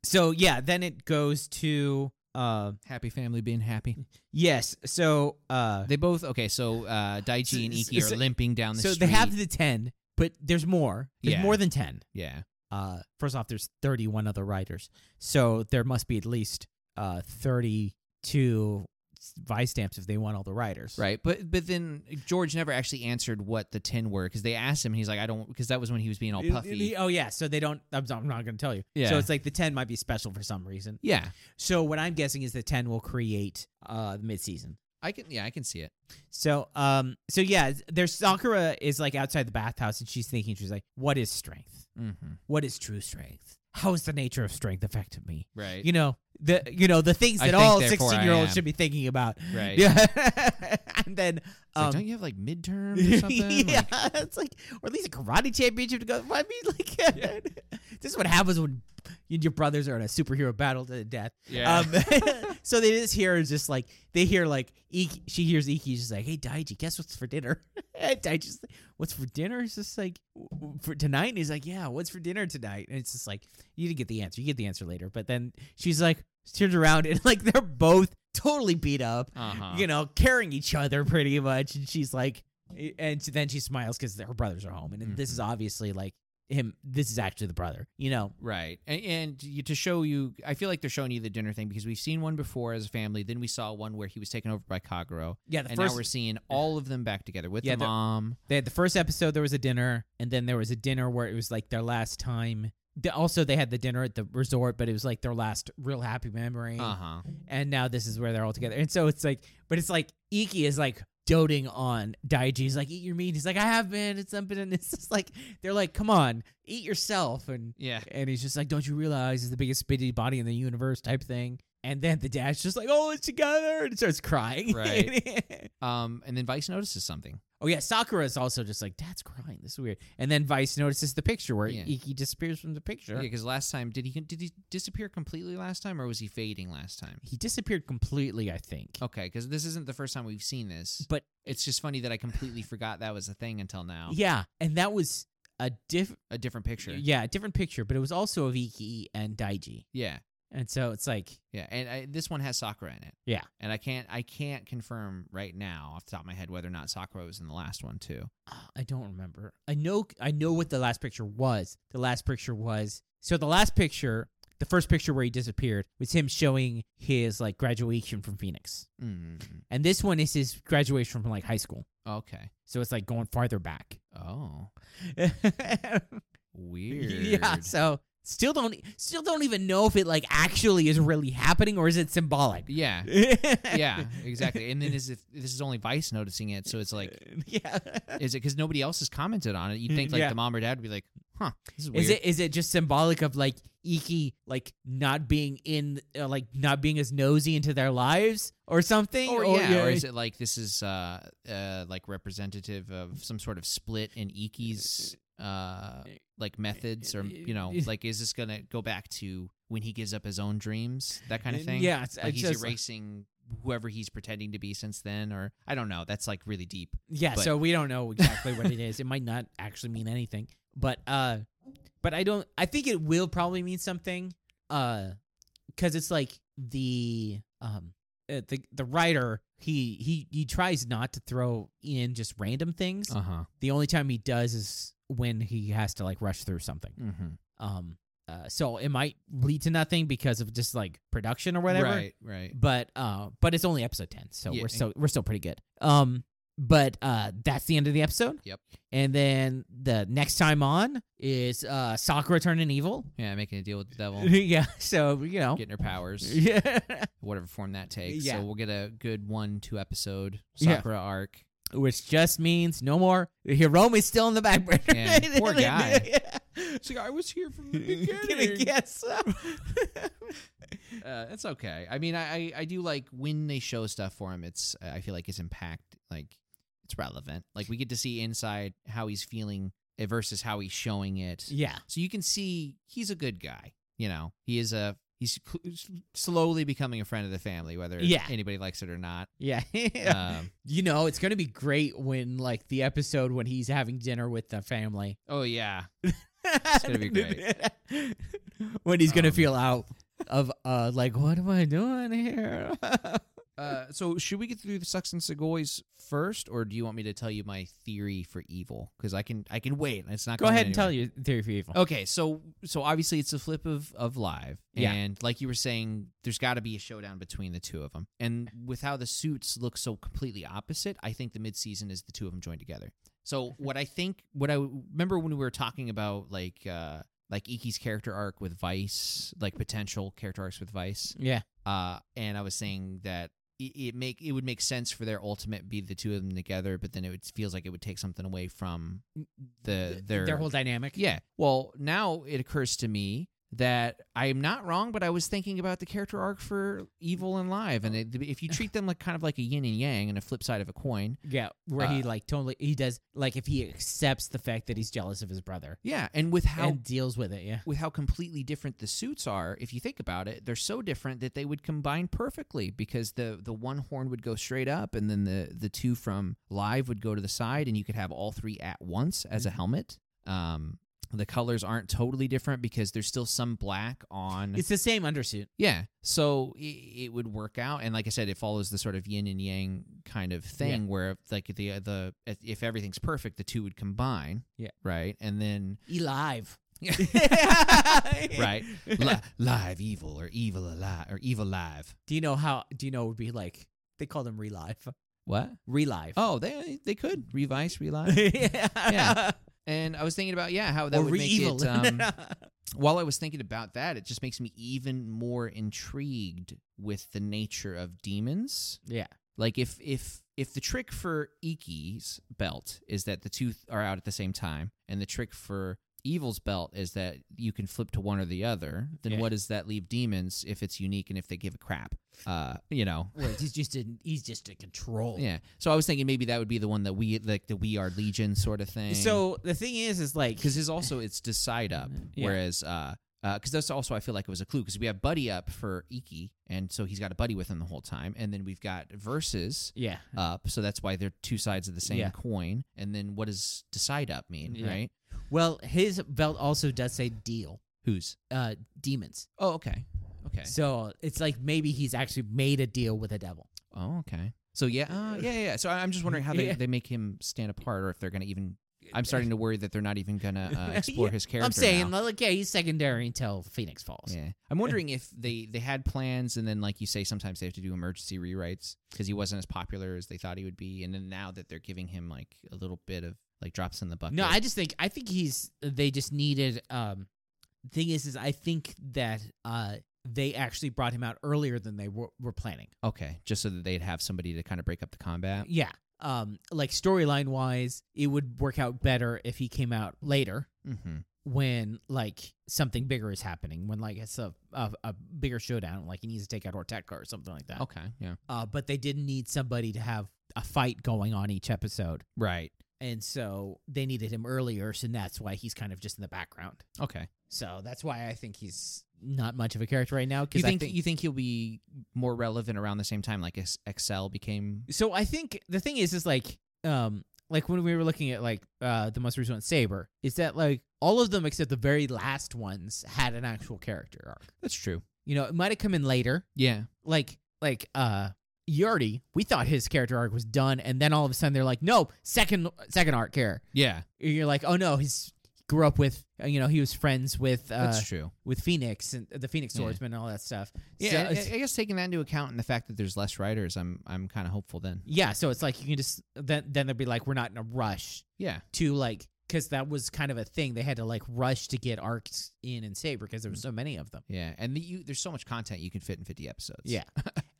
So yeah, then it goes to uh
happy family being happy.
yes. So uh
They both okay. So uh, Daichi and
So-
Iki
so-
are limping down the
so
street.
they have the ten, but there's more. There's
Yeah.
more than ten.
yeah,
Uh, first off, there's 31 other writers, so there must be at least uh 32 s- vice stamps if they want all the writers.
right. But but then George never actually answered what the ten were because they asked him. and He's like, I don't because that was when he was being all
It- it-
puffy.
oh yeah, so they don't. I'm, I'm not going to tell you.
Yeah.
So it's like the 10 might be special for some reason.
yeah,
So what I'm guessing is the 10 will create uh the midseason.
I can yeah I can see it.
So um so yeah, there's Sakura is like outside the bathhouse and she's thinking she's like what is strength?
hmm
What is true strength? How has the nature of strength affected me?
Right.
You know, the you know the things
I
that
think,
all
therefore, I
16 year olds
am.
should be thinking about
Right.
yeah and then
It's like,
um,
don't you have like midterms or something?
yeah,
Like,
it's like or at least a karate championship to go. I mean, like this is what happens when you and your brothers are in a superhero battle to the death.
yeah.
Um, so they just hear just like they hear like Iki, she hears Iki just like, "Hey Daiji, guess what's for dinner?" and Daiji's like, "What's for dinner?" It's just like "W- w- for tonight. And he's like, "Yeah, what's for dinner tonight?" And it's just like you didn't get the answer. You get the answer later. But then she's like turns around and like they're both totally beat up
uh-huh.
you know, carrying each other pretty much. And she's like, eh, and then she smiles because her brothers are home. And this is obviously like him, this is actually the brother, you know?
Right. And, and you, to show you, I feel like they're showing you the dinner thing because we've seen one before as a family. Then we saw one where he was taken over by Kaguro.
Yeah, the
and now
first,
we're seeing all of them back together with
Yeah,
the
the-
mom.
they had the first episode, there was a dinner, and then there was a dinner where it was like their last time. Th- Also, they had the dinner at the resort, but it was like their last real happy memory.
Uh huh.
And now this is where they're all together. And so it's like, but it's like Iki is like doting on Daiji. He's like, eat your meat. He's like, I have been. It's something. And it's just like, they're like, come on, eat yourself. And
Yeah.
and he's just like, "Don't you realize he's the biggest spitty body in the universe?" type thing. And then the dad's just like, "Oh, it's together," and starts crying.
Right. Um. And then Vice notices something.
oh yeah, Sakura is also just like, "Dad's crying. This is weird." And then Vice notices the picture where
Yeah.
Iki disappears from the picture.
Yeah, because last time did he did he disappear completely last time or was he fading last time?
He disappeared completely, I think.
Okay, because this isn't the first time we've seen this.
But-
it's just funny that I completely forgot that was a thing until now.
Yeah, and that was a diff.
A different picture.
Yeah, a different picture, but it was also of Iki and Daiji.
Yeah.
And so it's like,
Yeah, and I, this one has Sakura in it.
Yeah.
and I can't I can't confirm right now off the top of my head whether or not Sakura was in the last one too.
Ah, I don't remember. I know I know what the last picture was. The last picture was so the last picture, the first picture where he disappeared was him showing his like graduation from Phoenix.
mm
And this one is his graduation from like high school.
Okay.
So it's like going farther back.
Oh, weird.
yeah, so still don't still don't even know if it like actually is really happening or is it symbolic.
yeah,
yeah.
yeah, exactly. And then is if this is only Vice noticing it, so it's like,
Yeah.
is it because nobody else has commented on it? You'd think like
Mm, Yeah.
the mom or dad would be like, huh, this is weird.
Is it is it just symbolic of like Iki like not being in uh, like not being as nosy into their lives or something?
Or, Oh, yeah, or is it like this is uh, uh like representative of some sort of split in Iki's uh like methods or you know like is this gonna go back to when he gives up his own dreams that kind of thing
Yeah, it's,
like
it's
he's
just-
erasing whoever he's pretending to be since then or I don't know that's like really deep
yeah.
but-
So we don't know exactly what it is. It might not actually mean anything, but uh, but I don't. I think it will probably mean something. Uh, because it's like the um uh, the the writer he he he tries not to throw in just random things.
uh huh
the only time he does is when he has to like rush through something.
mm-hmm.
Um, uh, so it might lead to nothing because of just like production or whatever.
right right
But uh, but it's only episode ten, so
Yeah.
we're still we're still pretty good. Um, but uh, that's the end of the episode.
Yep.
And then the next time on is uh Sakura turning evil.
yeah making a deal with the devil
yeah. So you know.
getting her powers
Yeah.
whatever form that takes
Yeah.
so we'll get a good one two episode
Yeah.
Sakura arc
Which just means no more. Hiromi's still in the back burner.
Yeah, poor guy.
Yeah.
It's like I was here from
Yes.
Uh, that's okay. I mean, I, I I do like when they show stuff for him. It's I feel like it's impact like it's relevant. Like we get to see inside how he's feeling versus how he's showing it.
yeah.
So you can see he's a good guy. You know, he is a he's cl- slowly becoming a friend of the family, whether
Yeah.
anybody likes it or not.
Yeah.
Um,
you know, it's going to be great when, like, the episode when he's having dinner with the family.
oh yeah,
It's
gonna be great.
when he's going to
Um,
feel out of, uh, like, what am I doing here?
Uh, so should we get through the Sucks and Segoys first, or do you want me to tell you my theory for evil? Because I can I can wait. It's not
Go
going
ahead and tell
anywhere.
your theory for evil.
Okay, so so obviously it's a flip of of live,
Yeah.
and like you were saying, there's got to be a showdown between the two of them. And with how the suits look so completely opposite, I think the mid season is the two of them joined together. So what I think, what I remember when we were talking about like uh like Iki's character arc with Vice, like potential character arcs with Vice,
Yeah.
uh, and I was saying that it, it make it would make sense for their ultimate be the two of them together, but then it would, feels like it would take something away from the their
whole dynamic.
yeah. Well, now it occurs to me that I'm not wrong, but I was thinking about the character arc for Evil and Live, and it, if you treat them like kind of like a yin and yang and a flip side of a coin,
Yeah, where he
Uh,
like totally he does like if he accepts the fact that he's jealous of his brother
yeah, and with how
and deals with it. Yeah,
with how completely different the suits are, if you think about it, they're so different that they would combine perfectly because the the one horn would go straight up, and then the the two from Live would go to the side, and you could have all three at once as a helmet. Um, the colors aren't totally different because there's still some black on
it's the same undersuit.
Yeah. So it, it would work out, and like I said, it follows the sort of yin and yang kind of thing, where if, like the the if- if everything's perfect, the two would combine.
Yeah.
Right, and then
Elive.
right li- live evil or evil alive or evil live.
Do you know how? Do you know it would be like they call them relive,
What?
relive.
Oh, they they could revise relive.
yeah,
Yeah. and I was thinking about yeah how that
or
would make
re-evil.
it. Um, while I was thinking about that, it just makes me even more intrigued with the nature of demons.
yeah,
Like if if if the trick for Iki's belt is that the two th- are out at the same time, and the trick for Evil's belt is that you can flip to one or the other, then
Yeah.
what does that leave demons if it's unique and if they give a crap? Uh, you know.
where he's just in, he's just in control.
Yeah. So I was thinking maybe that would be the one that we like the we are legion sort of thing.
So the thing is, is like
because it's also it's decide up,
Yeah.
whereas uh. Because that's also, I feel like it was a clue. Because we have buddy up for Iki, and so he's got a buddy with him the whole time. And then we've got versus,
yeah,
up. So that's why they're two sides of the same
Hmm. Yeah.
coin. And then what does decide up mean,
Yeah.
right?
well, his belt also does say deal,
Who's?
uh, demons.
Oh, okay. Okay.
So it's like maybe he's actually made a deal with the devil.
oh, okay. So yeah, uh, yeah, yeah, yeah. So I- I'm just wondering how they,
Yeah.
they make him stand apart or if they're going to even. I'm starting to worry that they're not even going to uh, explore his character.
I'm saying,
now.
like, yeah, he's secondary until Phoenix Falls.
Yeah. I'm wondering if they, they had plans and then, like you say, sometimes they have to do emergency rewrites because he wasn't as popular as they thought he would be. And then now that they're giving him like a little bit of like drops in the bucket.
No, I just think I think he's they just needed um thing is is I think that uh they actually brought him out earlier than they were, were planning.
okay. Just so that they'd have somebody to kind of break up the combat.
Yeah. Um like storyline wise, it would work out better if he came out later
Mm-hmm.
when like something bigger is happening, when like it's a a, a bigger showdown, like he needs to take out Ortega or something like that.
Okay. Yeah.
Uh but they didn't need somebody to have a fight going on each episode.
Right.
And so they needed him earlier, so that's why he's kind of just in the background.
Okay.
So that's why I think he's not much of a character right now.
You
Because
think,
I think
you think he'll be more relevant around the same time, like as Excel became?
so. I think the thing is, is like, um, like when we were looking at like uh the most recent one, Saber, is that like all of them except the very last ones had an actual character arc.
That's true.
You know, it might have come in later.
Yeah.
Like, like uh, Yardi, we thought his character arc was done, and then all of a sudden they're like, no, second second arc care.
Yeah.
You're like, oh no, he's grew up with, you know, he was friends with uh
That's true.
with Phoenix and the Phoenix
Yeah.
Swordsman and all that stuff.
Yeah.
So
I-
it's-
I, I guess taking that into account and the fact that there's less writers, I'm I'm kind of hopeful then.
Yeah, so it's like you can just then then they'd be like, we're not in a rush
Yeah.
to like because that was kind of a thing they had to like rush to get arcs in and Saber because there
Mm.
were so many of them.
Yeah. And the, you, there's so much content you can fit in 50 episodes.
Yeah,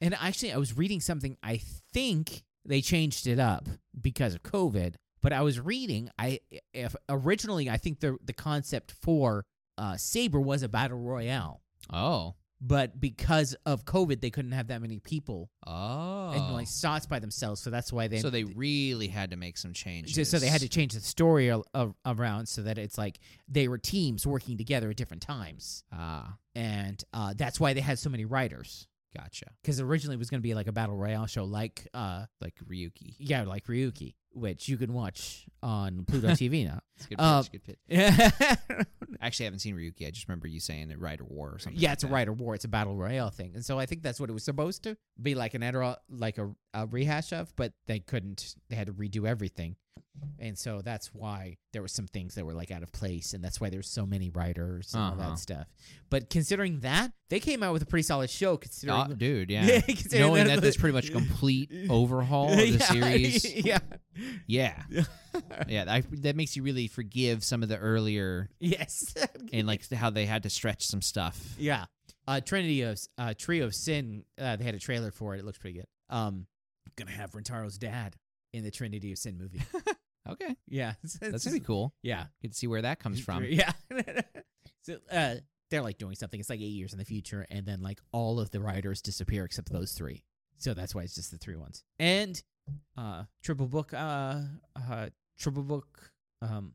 and actually, I was reading something. I think they changed it up because of COVID. But I was reading. I if originally I think the the concept for uh, Saber was a battle royale,
Oh.
but because of COVID, they couldn't have that many people
Oh.
and like shots by themselves. So that's why they
so they really had to make some
Ju-
changes.
So they had to change the story a- a- around so that it's like they were teams working together at different times,
Ah.
and uh, that's why they had so many writers.
Gotcha.
Because originally it was going to be like a battle royale show, like uh,
Like Ryuki.
yeah, like Ryuki, which you can watch on Pluto TV now.
It's a good pitch.
Uh,
good pitch.
yeah,
I Actually, haven't seen Ryuki. I just remember you saying it, Rider War or something. like
it's a
that.
writer war, it's a battle royale thing, and so I think that's what it was supposed to be like an Adderall, like a, a rehash of, but they couldn't. They had to redo everything, and so that's why there were some things that were like out of place, and that's why there's so many writers and all
Uh-huh.
that stuff. But considering that, they came out with a pretty solid show. Considering,
Oh,
the-
dude,
Yeah,
yeah.
considering
Knowing
that-
that that's pretty much a complete overhaul of the
Yeah,
series.
yeah,
Yeah. Yeah, I, that makes you really forgive some of the earlier
yes,
and like how they had to stretch some stuff.
Yeah. Uh, Trinity of uh, Trio of Sin. Uh, they had a trailer for it. It looks pretty good. Um, gonna have Rentaro's dad in the Trinity of Sin movie.
Okay,
yeah, It's-
that's
it's-
gonna be cool.
yeah
Good to see where that comes from.
Yeah. so uh, they're like doing something. It's like eight years in the future, and then like all of the riders disappear except those three. So that's why it's just the three ones. And uh triple book uh uh triple book um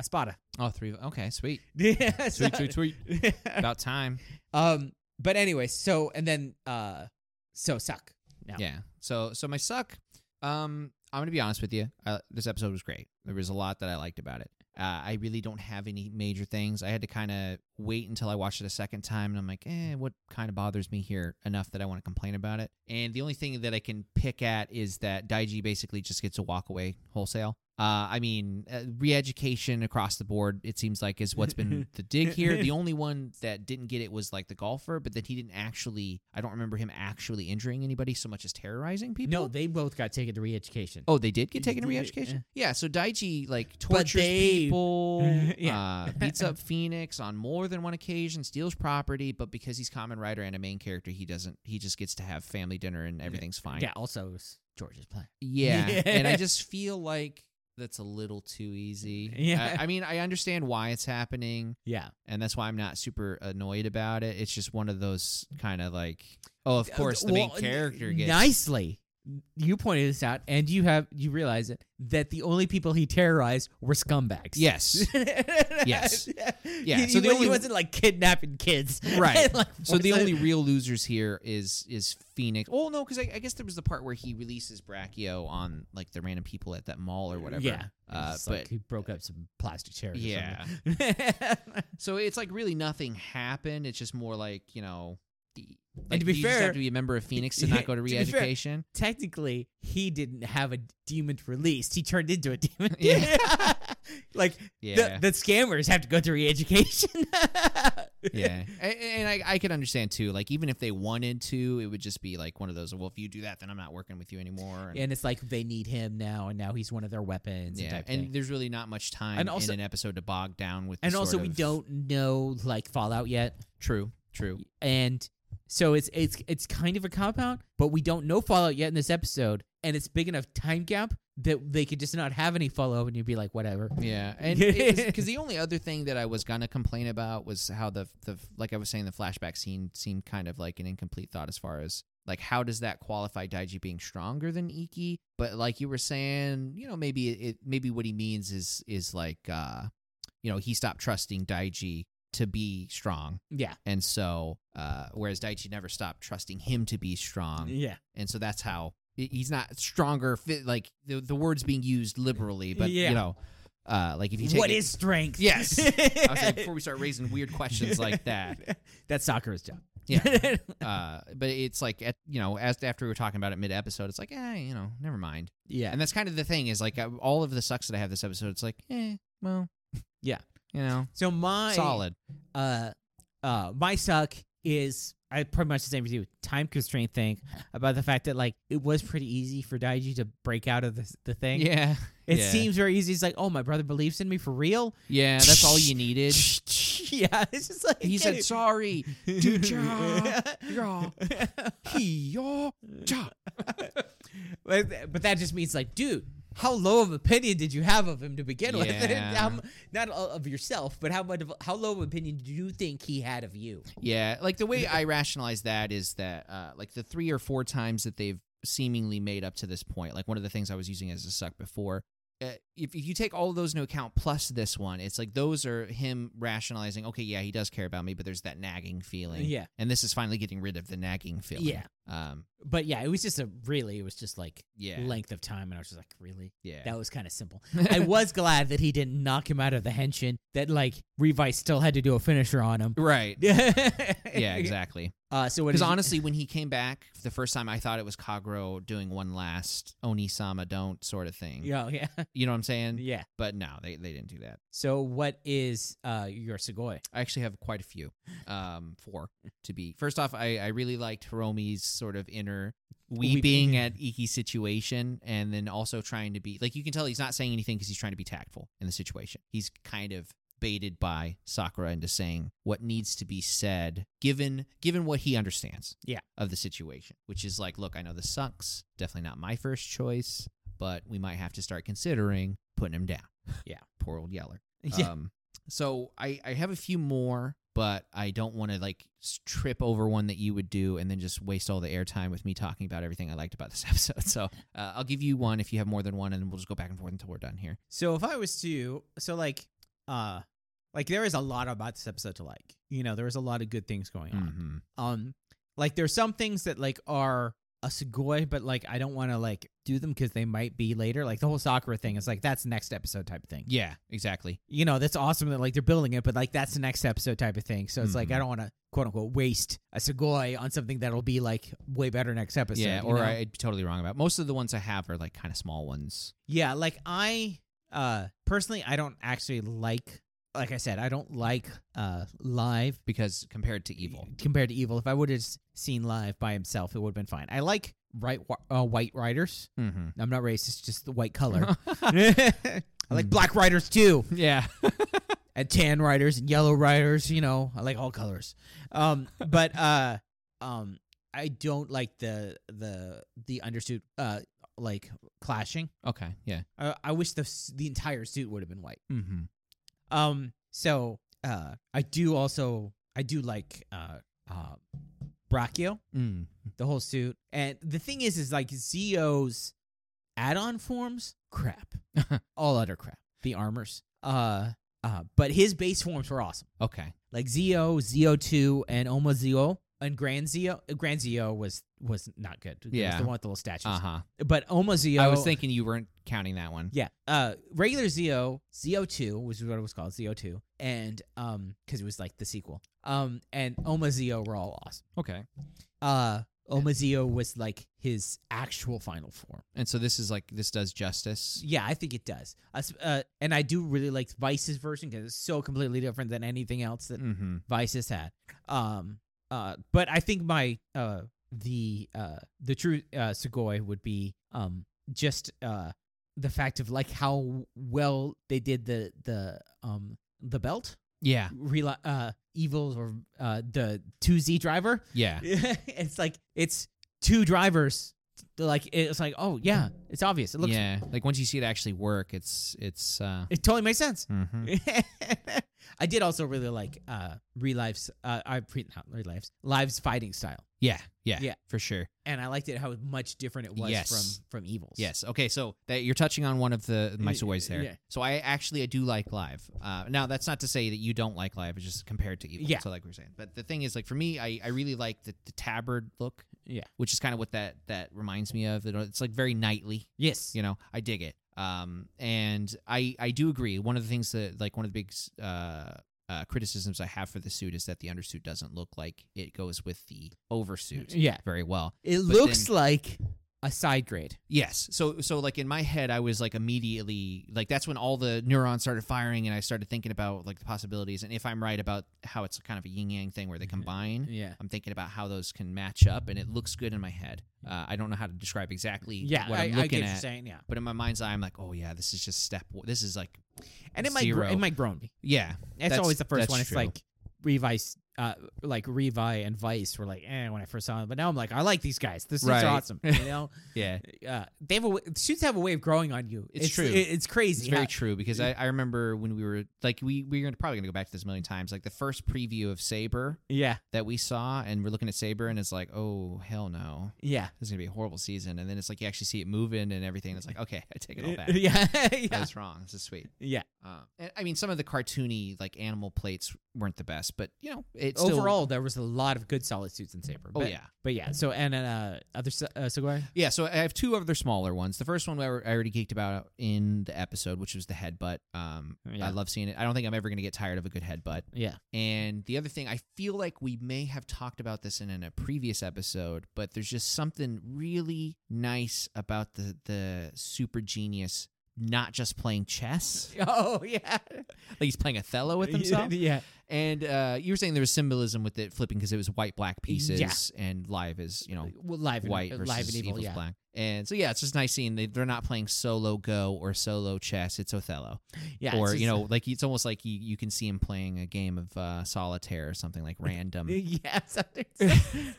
Espada.
Oh, three. Okay, sweet.
Yeah,
Sweet, sweet, sweet.
sweet.
About time.
um but anyway, so and then uh so suck. Yeah.
Yeah. So so my suck. Um, I'm gonna be honest with you. Uh, this episode was great. There was a lot that I liked about it. Uh, I really don't have any major things. I had to kind of wait until I watched it a second time, and I'm like, eh, what kind of bothers me here enough that I want to complain about it? And the only thing that I can pick at is that Daiji basically just gets a walk away wholesale. Uh, I mean, uh, re-education across the board. It seems like is what's been the dig here. The only one that didn't get it was like the golfer, but then he didn't actually. I don't remember him actually injuring anybody so much as terrorizing people.
No, they both got taken to re education.
Oh, they did get taken to
Yeah.
re-education. Yeah, so Daichi like tortures
they-
people,
Yeah.
uh, beats up Phoenix on more than one occasion, steals property, but because he's common writer and a main character, he doesn't. He just gets to have family dinner and everything's fine.
Yeah, also it was George's plan.
Yeah.
Yeah.
And I just feel like that's a little too easy.
Yeah.
I, I mean, I understand why it's happening,
Yeah.
and that's why I'm not super annoyed about it. It's just one of those kind of like, oh, of course, the main
Uh, Well,
character gets.
nicely. You pointed this out, and you have you realize it that the only people he terrorized were scumbags.
Yes.
yes.
Yeah,
He,
so the
he
only-
wasn't like kidnapping kids,
Right.
And, like,
So the
forcing-
only real losers here is is Phoenix. Oh no, because I, I guess there was the part where he releases Brachio on like the random people at that mall or whatever.
Yeah.
Uh,
It's
but
like he broke up some plastic chairs. or
Yeah.
something.
So it's like really nothing happened. It's just more like you know. The, like,
to be
you just
fair-
have to be a member of Phoenix to not go to
To be fair-
re-education.
Technically, he didn't have a demon released. He turned into a demon.
Yeah.
like
Yeah,
the, the scammers have to go through re-education.
yeah, A- and, I, I can understand too. Like even if they wanted to, it would just be like one of those. Well, if you do that, then I'm not working with you anymore. And,
and it's like they need him now, and now he's one of their weapons. and,
yeah,
type
and
thing.
there's really not much time
And also-
in an episode to bog down with. the
and also
sort
we
of-
don't know like Fallout yet,
True, true.
and so it's it's it's kind of a cop out, but we don't know Fallout yet in this episode, and it's big enough time gap that they could just not have any follow up, and you'd be like, whatever.
Yeah, and because the only other thing that I was gonna complain about was how the the like I was saying the flashback scene seemed kind of like an incomplete thought as far as like how does that qualify Daiji being stronger than Iki? But like you were saying, you know, maybe it maybe what he means is is like uh you know he stopped trusting Daiji to be strong,
Yeah,
and so uh whereas Daiji never stopped trusting him to be strong,
yeah,
and so that's how he- he's not stronger. Fit, like the the words being used liberally, but
Yeah.
you know, uh, like if you take
What
it-
is strength?
Yes. I was saying before we start raising weird questions like that.
That's Sakura's job.
Yeah. Uh, but it's like at, you know, as after we were talking about it mid episode, it's like, eh, you know, never mind.
yeah.
And that's kind of the thing is like I, all of the sucks that I have this episode. It's like, eh, well,
Yeah.
you know,
So my
solid.
uh, uh, my suck is I pretty much the same as you. Time constraint thing about the fact that like it was pretty easy for Daiji to break out of the the thing.
Yeah,
It
yeah.
seems very easy. It's like, oh, my brother believes in me for real.
yeah. That's all you needed.
yeah, it's just like
He said, sorry. "Dude, Yeah. He, your, ja."
but, th- but that just means like, dude, how low of opinion did you have of him to begin with?
Yeah.
how, m- not o- of yourself, but how much of, how low of opinion do you think he had of you?
Yeah, like the way I rationalize that is that uh, like the three or four times that they've seemingly made up to this point, like one of the things I was using as a suck before. Uh, if, if you take all of those into account plus this one, it's like those are him rationalizing. Okay, yeah, he does care about me, but there's that nagging feeling.
Yeah.
and this is finally getting rid of the nagging feeling.
Yeah.
um,
But yeah, it was just a really, it was just like
yeah,
length of time, and I was just like, really,
yeah.
that was kind of simple. I was glad that he didn't knock him out of the henshin. That like Revice still had to do a finisher on him.
right.
yeah,
Yeah, exactly.
Uh, so what
Because
is
honestly, when he came back the first time, I thought it was Kagro doing one last Onisama don't sort of thing.
yeah, yeah,
you know what I'm saying?
yeah.
But no, they they didn't do that.
So what is uh your Segoy?
I actually have quite a few. Um, four to be. First off, I, I really liked Hiromi's sort of inner weeping
Weeping.
at Iki's situation, and then also trying to be like you can tell he's not saying anything because he's trying to be tactful in the situation. He's kind of baited by Sakura into saying what needs to be said, given given what he understands.
Yeah.
of the situation, which is like, look, I know this sucks. Definitely not my first choice, but we might have to start considering putting him down.
Yeah.
poor old Yeller.
Yeah.
Um, so I, I have a few more. but I don't want to like s- trip over one that you would do and then just waste all the airtime with me talking about everything I liked about this episode. So uh, I'll give you one if you have more than one, and we'll just go back and forth until we're done here.
So if I was to, so like, uh, like there is a lot about this episode to like. You know, there is a lot of good things going on.
Mm-hmm.
Um, like there's some things that like are a sugoi, but like I don't want to like do them because they might be later. Like the whole Sakura thing is like that's next episode type of thing.
Yeah, exactly.
You know, that's awesome that like they're building it, but like that's the next episode type of thing. So it's like
Mhm.
I don't want to quote unquote waste a sugoi on something that'll be like way better next episode.
yeah,
you
or
know?
I'd be totally wrong about. Most of the ones I have are like kind of small ones.
Yeah, like I uh personally I don't actually like like I said, I don't like uh live
because compared to evil.
compared to evil. If I would have seen live by himself, it would have been fine. I like right uh, white riders.
Mm-hmm.
I'm not racist, just the white color. I like black riders too,
yeah.
and tan riders and yellow riders, you know. I like all colors. Um but uh um I don't like the the the undersuit uh like clashing.
Okay. Yeah.
I, I wish the s- the entire suit would have been white.
Mm-hmm.
Um. So, uh, I do also I do like uh uh Brachio,
Mm.
the whole suit. And the thing is, is like Zio's add-on forms, crap, all utter crap. The armors, uh, uh, but his base forms were awesome.
Okay.
Like Zio, Zio two, and Oma Zio. And Grand Zio, Grand Zio was was not good. It was
Yeah.
the one with the little statues.
Uh huh.
But Oma Zio,
I was thinking you weren't counting that one.
yeah. Uh, regular Zio, Zio two, which is what it was called, Zio two, and um, because it was like the sequel. Um, and Oma Zio were all awesome.
Okay.
Uh, Oma Zio was like his actual final form.
And so this is like this does justice.
Yeah, I think it does. Uh, s- uh and I do really like Vice's version because it's so completely different than anything else that
Mm-hmm.
Vice has had. Um, uh, but I think my uh the uh the true uh Sugoi would be um just uh the fact of like how well they did the the um the belt
Yeah.
Reli uh evil or uh the two Z driver.
Yeah.
it's like it's two drivers. They're Like it's like oh yeah, it's obvious. It looks
yeah. Like once you see it actually work, it's it's. uh
it totally makes sense.
mm-hmm.
I did also really like uh relives uh I pre not relives lives fighting style.
Yeah. Yeah.
Yeah.
For sure.
And I liked it how much different it was
Yes.
from from evils.
Yes. Okay. So that you're touching on one of the my
Y-
soys there.
yeah.
So I actually I do like live. Uh, now that's not to say that you don't like live. It's just compared to evil.
Yeah.
So like we we're saying, but the thing is, like for me, I, I really like the, the tabard look.
Yeah.
Which is kind of what that that reminds me of. It- It's like very knightly.
Yes.
You know, I dig it. Um, and I I do agree. One of the things that like one of the big uh. Uh, criticisms I have for the suit is that the undersuit doesn't look like it goes with the oversuit
Mm, Yeah.
very well.
It
But
looks
then-
like a side grade.
Yes. So so like in my head I was like immediately like that's when all the neurons started firing and I started thinking about like the possibilities and if I'm right about how it's kind of a yin yang thing where they
Mhm.
combine
Yeah.
I'm thinking about how those can match up and it looks good in my head. Uh, I don't know how to describe exactly
Yeah.
what
I,
am
I get
looking
what you're
at.
saying. Yeah.
But in my mind's eye I'm like, "Oh yeah, this is just step w- this is like
And it might gro-
Zero.
it might groan me.
yeah,
That's,
That's-
always the first
that's
one. It's
true.
like Revice uh like Revi and Vice were like, eh, when I first saw them. But now I'm like, I like these guys. This is
Right.
awesome. You know?
yeah.
uh, they have a w- shoots have a way of growing on you.
It's true.
it- it's crazy.
It's very
how-
true because I, I remember when we were like we we are probably going to go back to this a million times like the first preview of Saber
yeah.
that we saw and we're looking at Saber and it's like, "Oh, hell no."
Yeah.
this is gonna be a horrible season. And then it's like you actually see it moving and everything. It's like, okay, I take it all back.
yeah.
I
yeah.
was wrong. This is sweet.
Yeah.
Um, and, I mean, some of the cartoony like animal plates weren't the best, but you know, it's
Overall, there was a lot of good solid suits in Saber.
Still,
But,
oh yeah,
But yeah. So and then uh, other s- uh, Segway.
yeah. So I have two other smaller ones. The first one I al- I already geeked about in the episode, which was the headbutt. Um,
Yeah.
I love seeing it. I don't think I'm ever gonna get tired of a good headbutt.
Yeah.
And the other thing, I feel like we may have talked about this in, in a previous episode, but there's just something really nice about the the super genius not just playing chess,
Oh yeah.
like he's playing Othello with himself.
yeah.
and uh, you were saying there was symbolism with it flipping because it was white black pieces,
Yeah.
and live is you know
Well, live and,
white
uh,
versus
live and evil.
evil's
yeah.
black. And so yeah, it's just nice seeing they, they're not playing solo go or solo chess. It's Othello
Yeah.
or
it's just-
you know, like it's almost like you, you can see him playing a game of uh, solitaire or something like
um,
random.
Yeah. something-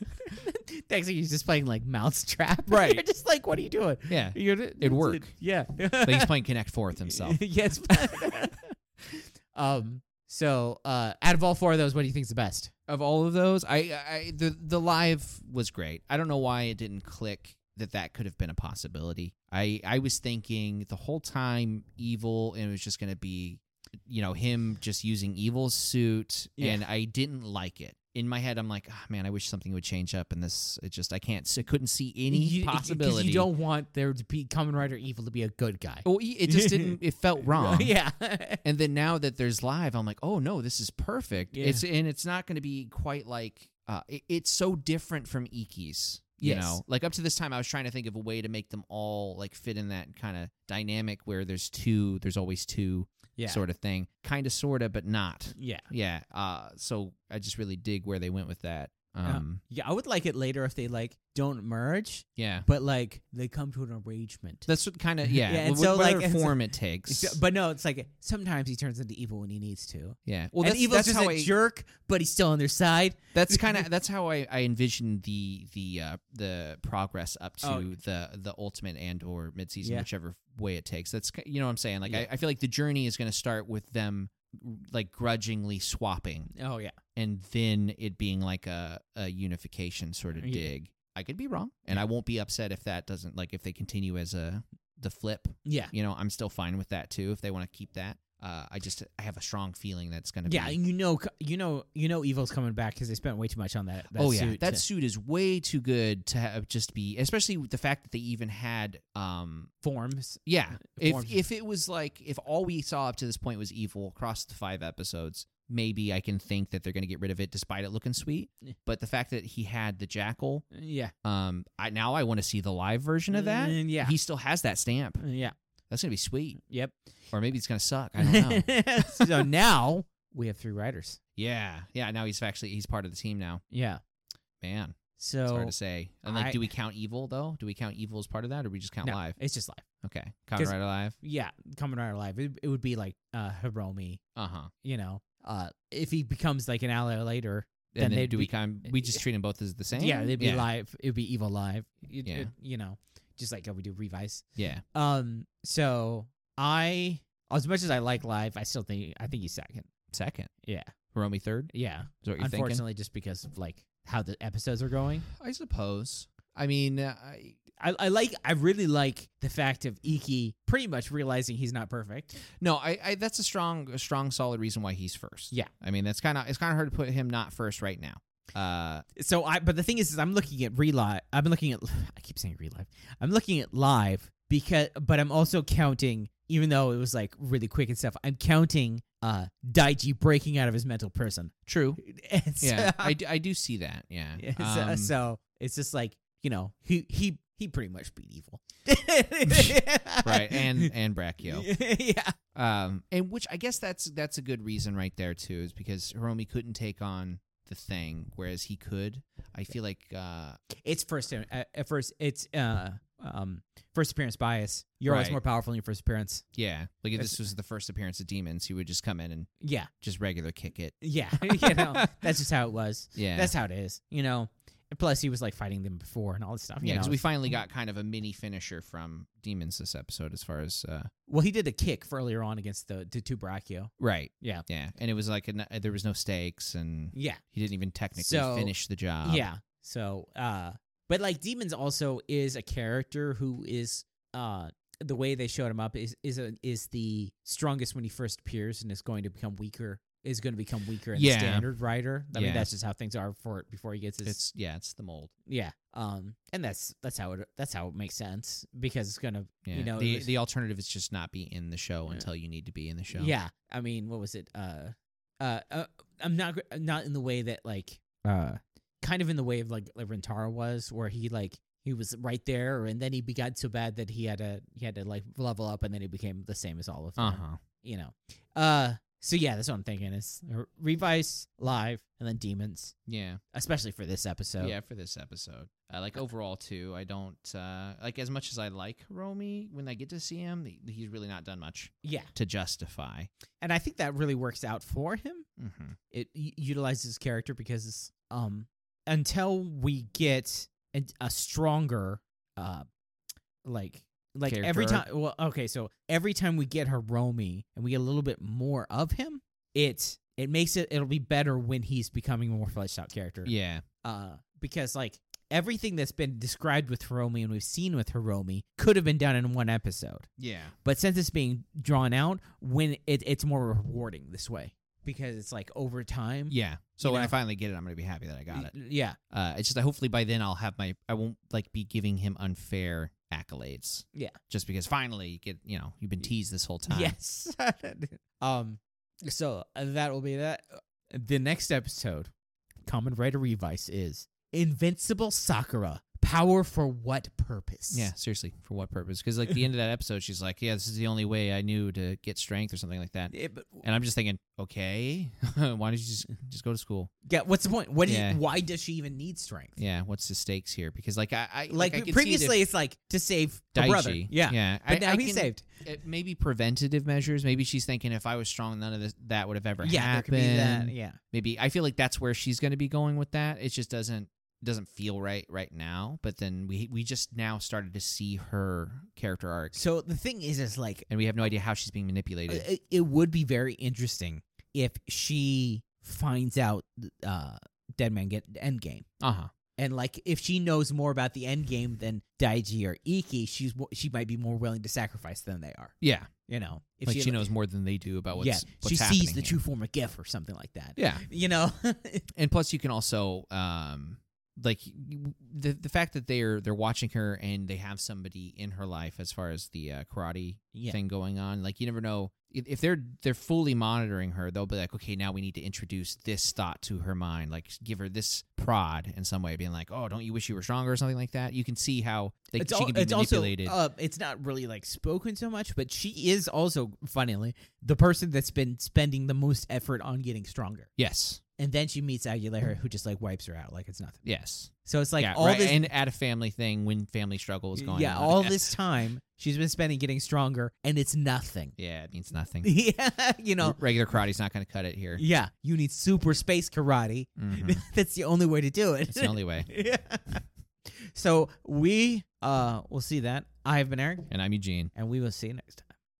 Next thing he's just playing like mousetrap.
Right.
You're just like, what are you doing?
yeah,
You're,
It'd work.
Yeah.
like he's playing Connect Four with himself.
yes. um. So, uh, out of all four of those, what do you think's the best?
of all of those I, I the the live was great i don't know why it didn't click that that could have been a possibility i i was thinking the whole time evil and it was just going to be you know him just using evil's suit
Yeah.
and i didn't like it in my head i'm like oh, man i wish something would change up and this it just i can't i couldn't see any
You- 'cause
possibility
You don't want there to be Kamen Rider Evil to be a good guy.
well, e, it just didn't it felt wrong
yeah.
and then now that there's live, I'm like, oh no, this is perfect.
Yeah.
It's and it's not going to be quite like uh, it- it's so different from Iki's. You
Yes.
know, like up to this time, I was trying to think of a way to make them all like fit in that kind of dynamic where there's two, there's always two
yeah.
sort of thing, kind of sorta, but not.
Yeah.
Yeah. Uh, so I just really dig where they went with that.
Uh.
Um,
Yeah, I would like it later if they like don't merge,
yeah.
but like they come to an arrangement.
That's what kind of yeah.
Yeah, and
wh-
so,
whatever
like, and so-
form it takes.
It's- But no, it's like sometimes he turns into evil when he needs to.
yeah.
Well,
Well,
and
that's,
evil's
that's
just
how
a
I-
jerk, but he's still on their side.
That's kind of that's how I, I envisioned the the uh, the progress up to
Oh.
the the ultimate and or mid season,
Yeah.
whichever way it takes. That's ki- you know what I'm saying. Like
Yeah.
I, I feel like the journey is going to start with them like grudgingly swapping,
Oh yeah,
and then it being like a a unification sort of
Yeah.
dig. I could be wrong, and I won't be upset if that doesn't like if they continue as a the flip.
yeah,
You know, I'm still fine with that too if they want to keep that. Uh, I just I have a strong feeling that's going to
yeah.
be
And you know, you know, you know, evil's coming back because they spent way too much on that. that
oh
suit
yeah, that
to
suit is way too good to have just be, especially with the fact that they even had, um,
forms.
yeah. If
Forms.
if it was like if all we saw up to this point was evil across the five episodes, maybe I can think that they're going to get rid of it, despite it looking sweet.
Yeah.
But the fact that he had the jackal,
Yeah,
um, I now I want to see the live version of that.
Mm, yeah,
He still has that stamp.
yeah,
That's gonna be sweet,
yep.
or maybe it's gonna suck. I don't know.
so now we have three writers.
yeah, yeah. Now he's actually he's part of the team now.
Yeah.
Man, it's
So
hard to say. And like,
I-
do we count evil though? Do we count evil as part of that, or we just count
no,
live?
It's just live.
Okay.
'Cause-
Kamen Rider Live.
Yeah, Kamen Rider live. It, it would be like uh Hiromi.
Uh huh.
You know, uh, if he becomes like an ally later,
And
Then
then,
they'd
do we
be-
kind we just treat them both as the same?
yeah, they'd be
yeah.
live. It'd be evil live. It-
Yeah.
it- you know, just like how we do Revice.
Yeah.
Um, so I, as much as I like live, I still think I think he's second.
Second.
Yeah,
Hiromi third
yeah.
is what you're thinking.
Unfortunately, just because of like how the episodes are going.
I suppose. I mean, uh, I,
I, I like I really like the fact of Iki pretty much realizing he's not perfect.
no, I, I that's a strong, a strong, solid reason why he's first.
Yeah.
I mean, that's kind of it's kind of hard to put him not first right now. Uh,
So I but the thing is, is I'm looking at relive. I've been looking at I keep saying relive. I'm looking at live because but I'm also counting even though it was like really quick and stuff. I'm counting uh Daiji breaking out of his mental prison.
true.
And so-
Yeah, I, d- I do see that. Yeah.
Yeah, so,
Um,
so it's just like you know he he he pretty much beat evil,
right, and and Brachio.
yeah,
Um, and which I guess that's that's a good reason right there too, is because Hiromi couldn't take on the thing, whereas he could. I feel like uh,
it's first uh, at first it's uh um first appearance bias. You're always
Right.
more powerful in your first appearance.
yeah, like if
That's-
this was the first appearance of demons, he would just come in and
Yeah,
just regular kick it.
yeah, you know that's just how it was.
Yeah,
That's how it is. You know, and plus he was like fighting them before and all this stuff. You
yeah, because
know?
we finally got kind of a mini finisher from demons this episode, as far as uh,
well, he did a kick earlier on against the the two Brachio.
right.
Yeah.
yeah, and it was like an, there was no stakes, and
Yeah,
he didn't even technically
So-
finish the job.
yeah. So, uh, but like Demons also is a character who is, uh, the way they showed him up is is a, is the strongest when he first appears and is going to become weaker. Is going to become weaker in
Yeah.
the standard rider. I mean,
Yeah.
that's just how things are for it before he gets his.
it's yeah, it's the mold.
yeah. Um, and that's that's how it that's how it makes sense because it's gonna
Yeah,
you know it
the
was-
the alternative is just not be in the show until you need to be in the show.
Yeah, I mean, what was it? Uh, uh, uh I'm not gr- not in the way that like uh, kind of in the way of like, like Rentaro was, where he like he was right there, and then he be- got so bad that he had to he had to like level up, and then he became the same as all of them.
Uh huh.
You know. Uh, so yeah, that's what I'm thinking is uh, Revice live, and then demons,
Yeah.
especially for this episode.
yeah for this episode uh, like overall too i don't uh like as much as i like romy when i get to see him he- he's really not done much
yeah,
to justify
and I think that really works out for him.
mm-hmm.
it u- utilizes his character because um until we get a, a stronger uh like like every
Character.
time well okay so every time we get Hiromi and we get a little bit more of him it it makes it it'll be better when he's becoming a more fleshed out character.
Yeah.
Uh, because like everything that's been described with Hiromi and we've seen with Hiromi could have been done in one episode.
Yeah.
But since it's being drawn out, when it, it's more rewarding this way because it's like over time.
Yeah. So
You
when I
know?
finally get it, I'm gonna be happy that I got it.
Yeah.
Uh, it's just that hopefully by then I'll have my I won't like be giving him unfair accolades.
Yeah.
Just because finally you get you know you've been teased this whole time.
Yes. um. So uh, that will be that. The next episode, Common Writer Revice is Invincible Sakura. Power for what purpose?
Yeah. Seriously, for what purpose? Because like the end of that episode, she's like, "Yeah, this is the only way I knew to get strength or something like that."
It- Eh, but-
And I'm just thinking, okay, why don't you just just go to school?
yeah. What's the point? What? Do
Yeah.
you, why does she even need strength?
Yeah. What's the stakes here? Because like I, I
Like,
I can see that
previously, it's like to save her
Daichi,
brother. Yeah.
Yeah.
But now
I
he's
can-
saved.
it- uh, maybe preventative measures. Maybe she's thinking if I was strong, none of this that would have ever
Yeah. There could
happened.
be that. Yeah.
Maybe I feel like that's where she's going to be going with that. It just doesn't doesn't feel right right now. But then we we just now started to see her character arc,
So the thing is, is like
and we have no idea how she's being manipulated.
it, it would be very interesting if she finds out uh, Dead Man get Endgame.
Uh huh.
And like, if she knows more about the end game than Daiji or Iki, she's mo- she might be more willing to sacrifice than they are.
Yeah,
You know, if
like she, knows more than they do about what's,
yeah,
what's
she
happening
sees the
here.
true form of Gif or something like that.
Yeah,
You know,
and plus you can also um like you- the the fact that they're they're watching her and they have somebody in her life as far as the uh, karate
yeah,
thing going on. Like you never know if if they're they're fully monitoring her. They'll be like, okay, now we need to introduce this thought to her mind, like give her this prod in some way, being like, oh, don't you wish you were stronger or something like that. You can see how they,
it's,
she
al-
can be
it's also
manipulated.
uh, it's not really like spoken so much, but she is also funnily the person that's been spending the most effort on getting stronger.
yes,
And then she meets Aguilera, who just like wipes her out like it's nothing.
yes,
So it's like
yeah,
all
right.
this
and at a family thing when family struggle is going.
yeah,
on.
all
Yeah.
this time she's been spending getting stronger, and it's nothing.
Yeah, it means nothing.
yeah, you know.
Regular karate's not going to cut it here.
Yeah, you need super space karate.
Mhm.
That's the only way to do it.
It's the only way.
yeah. So we uh will see that. I have been Eric,
And I'm Eugene.
and we will see you next time.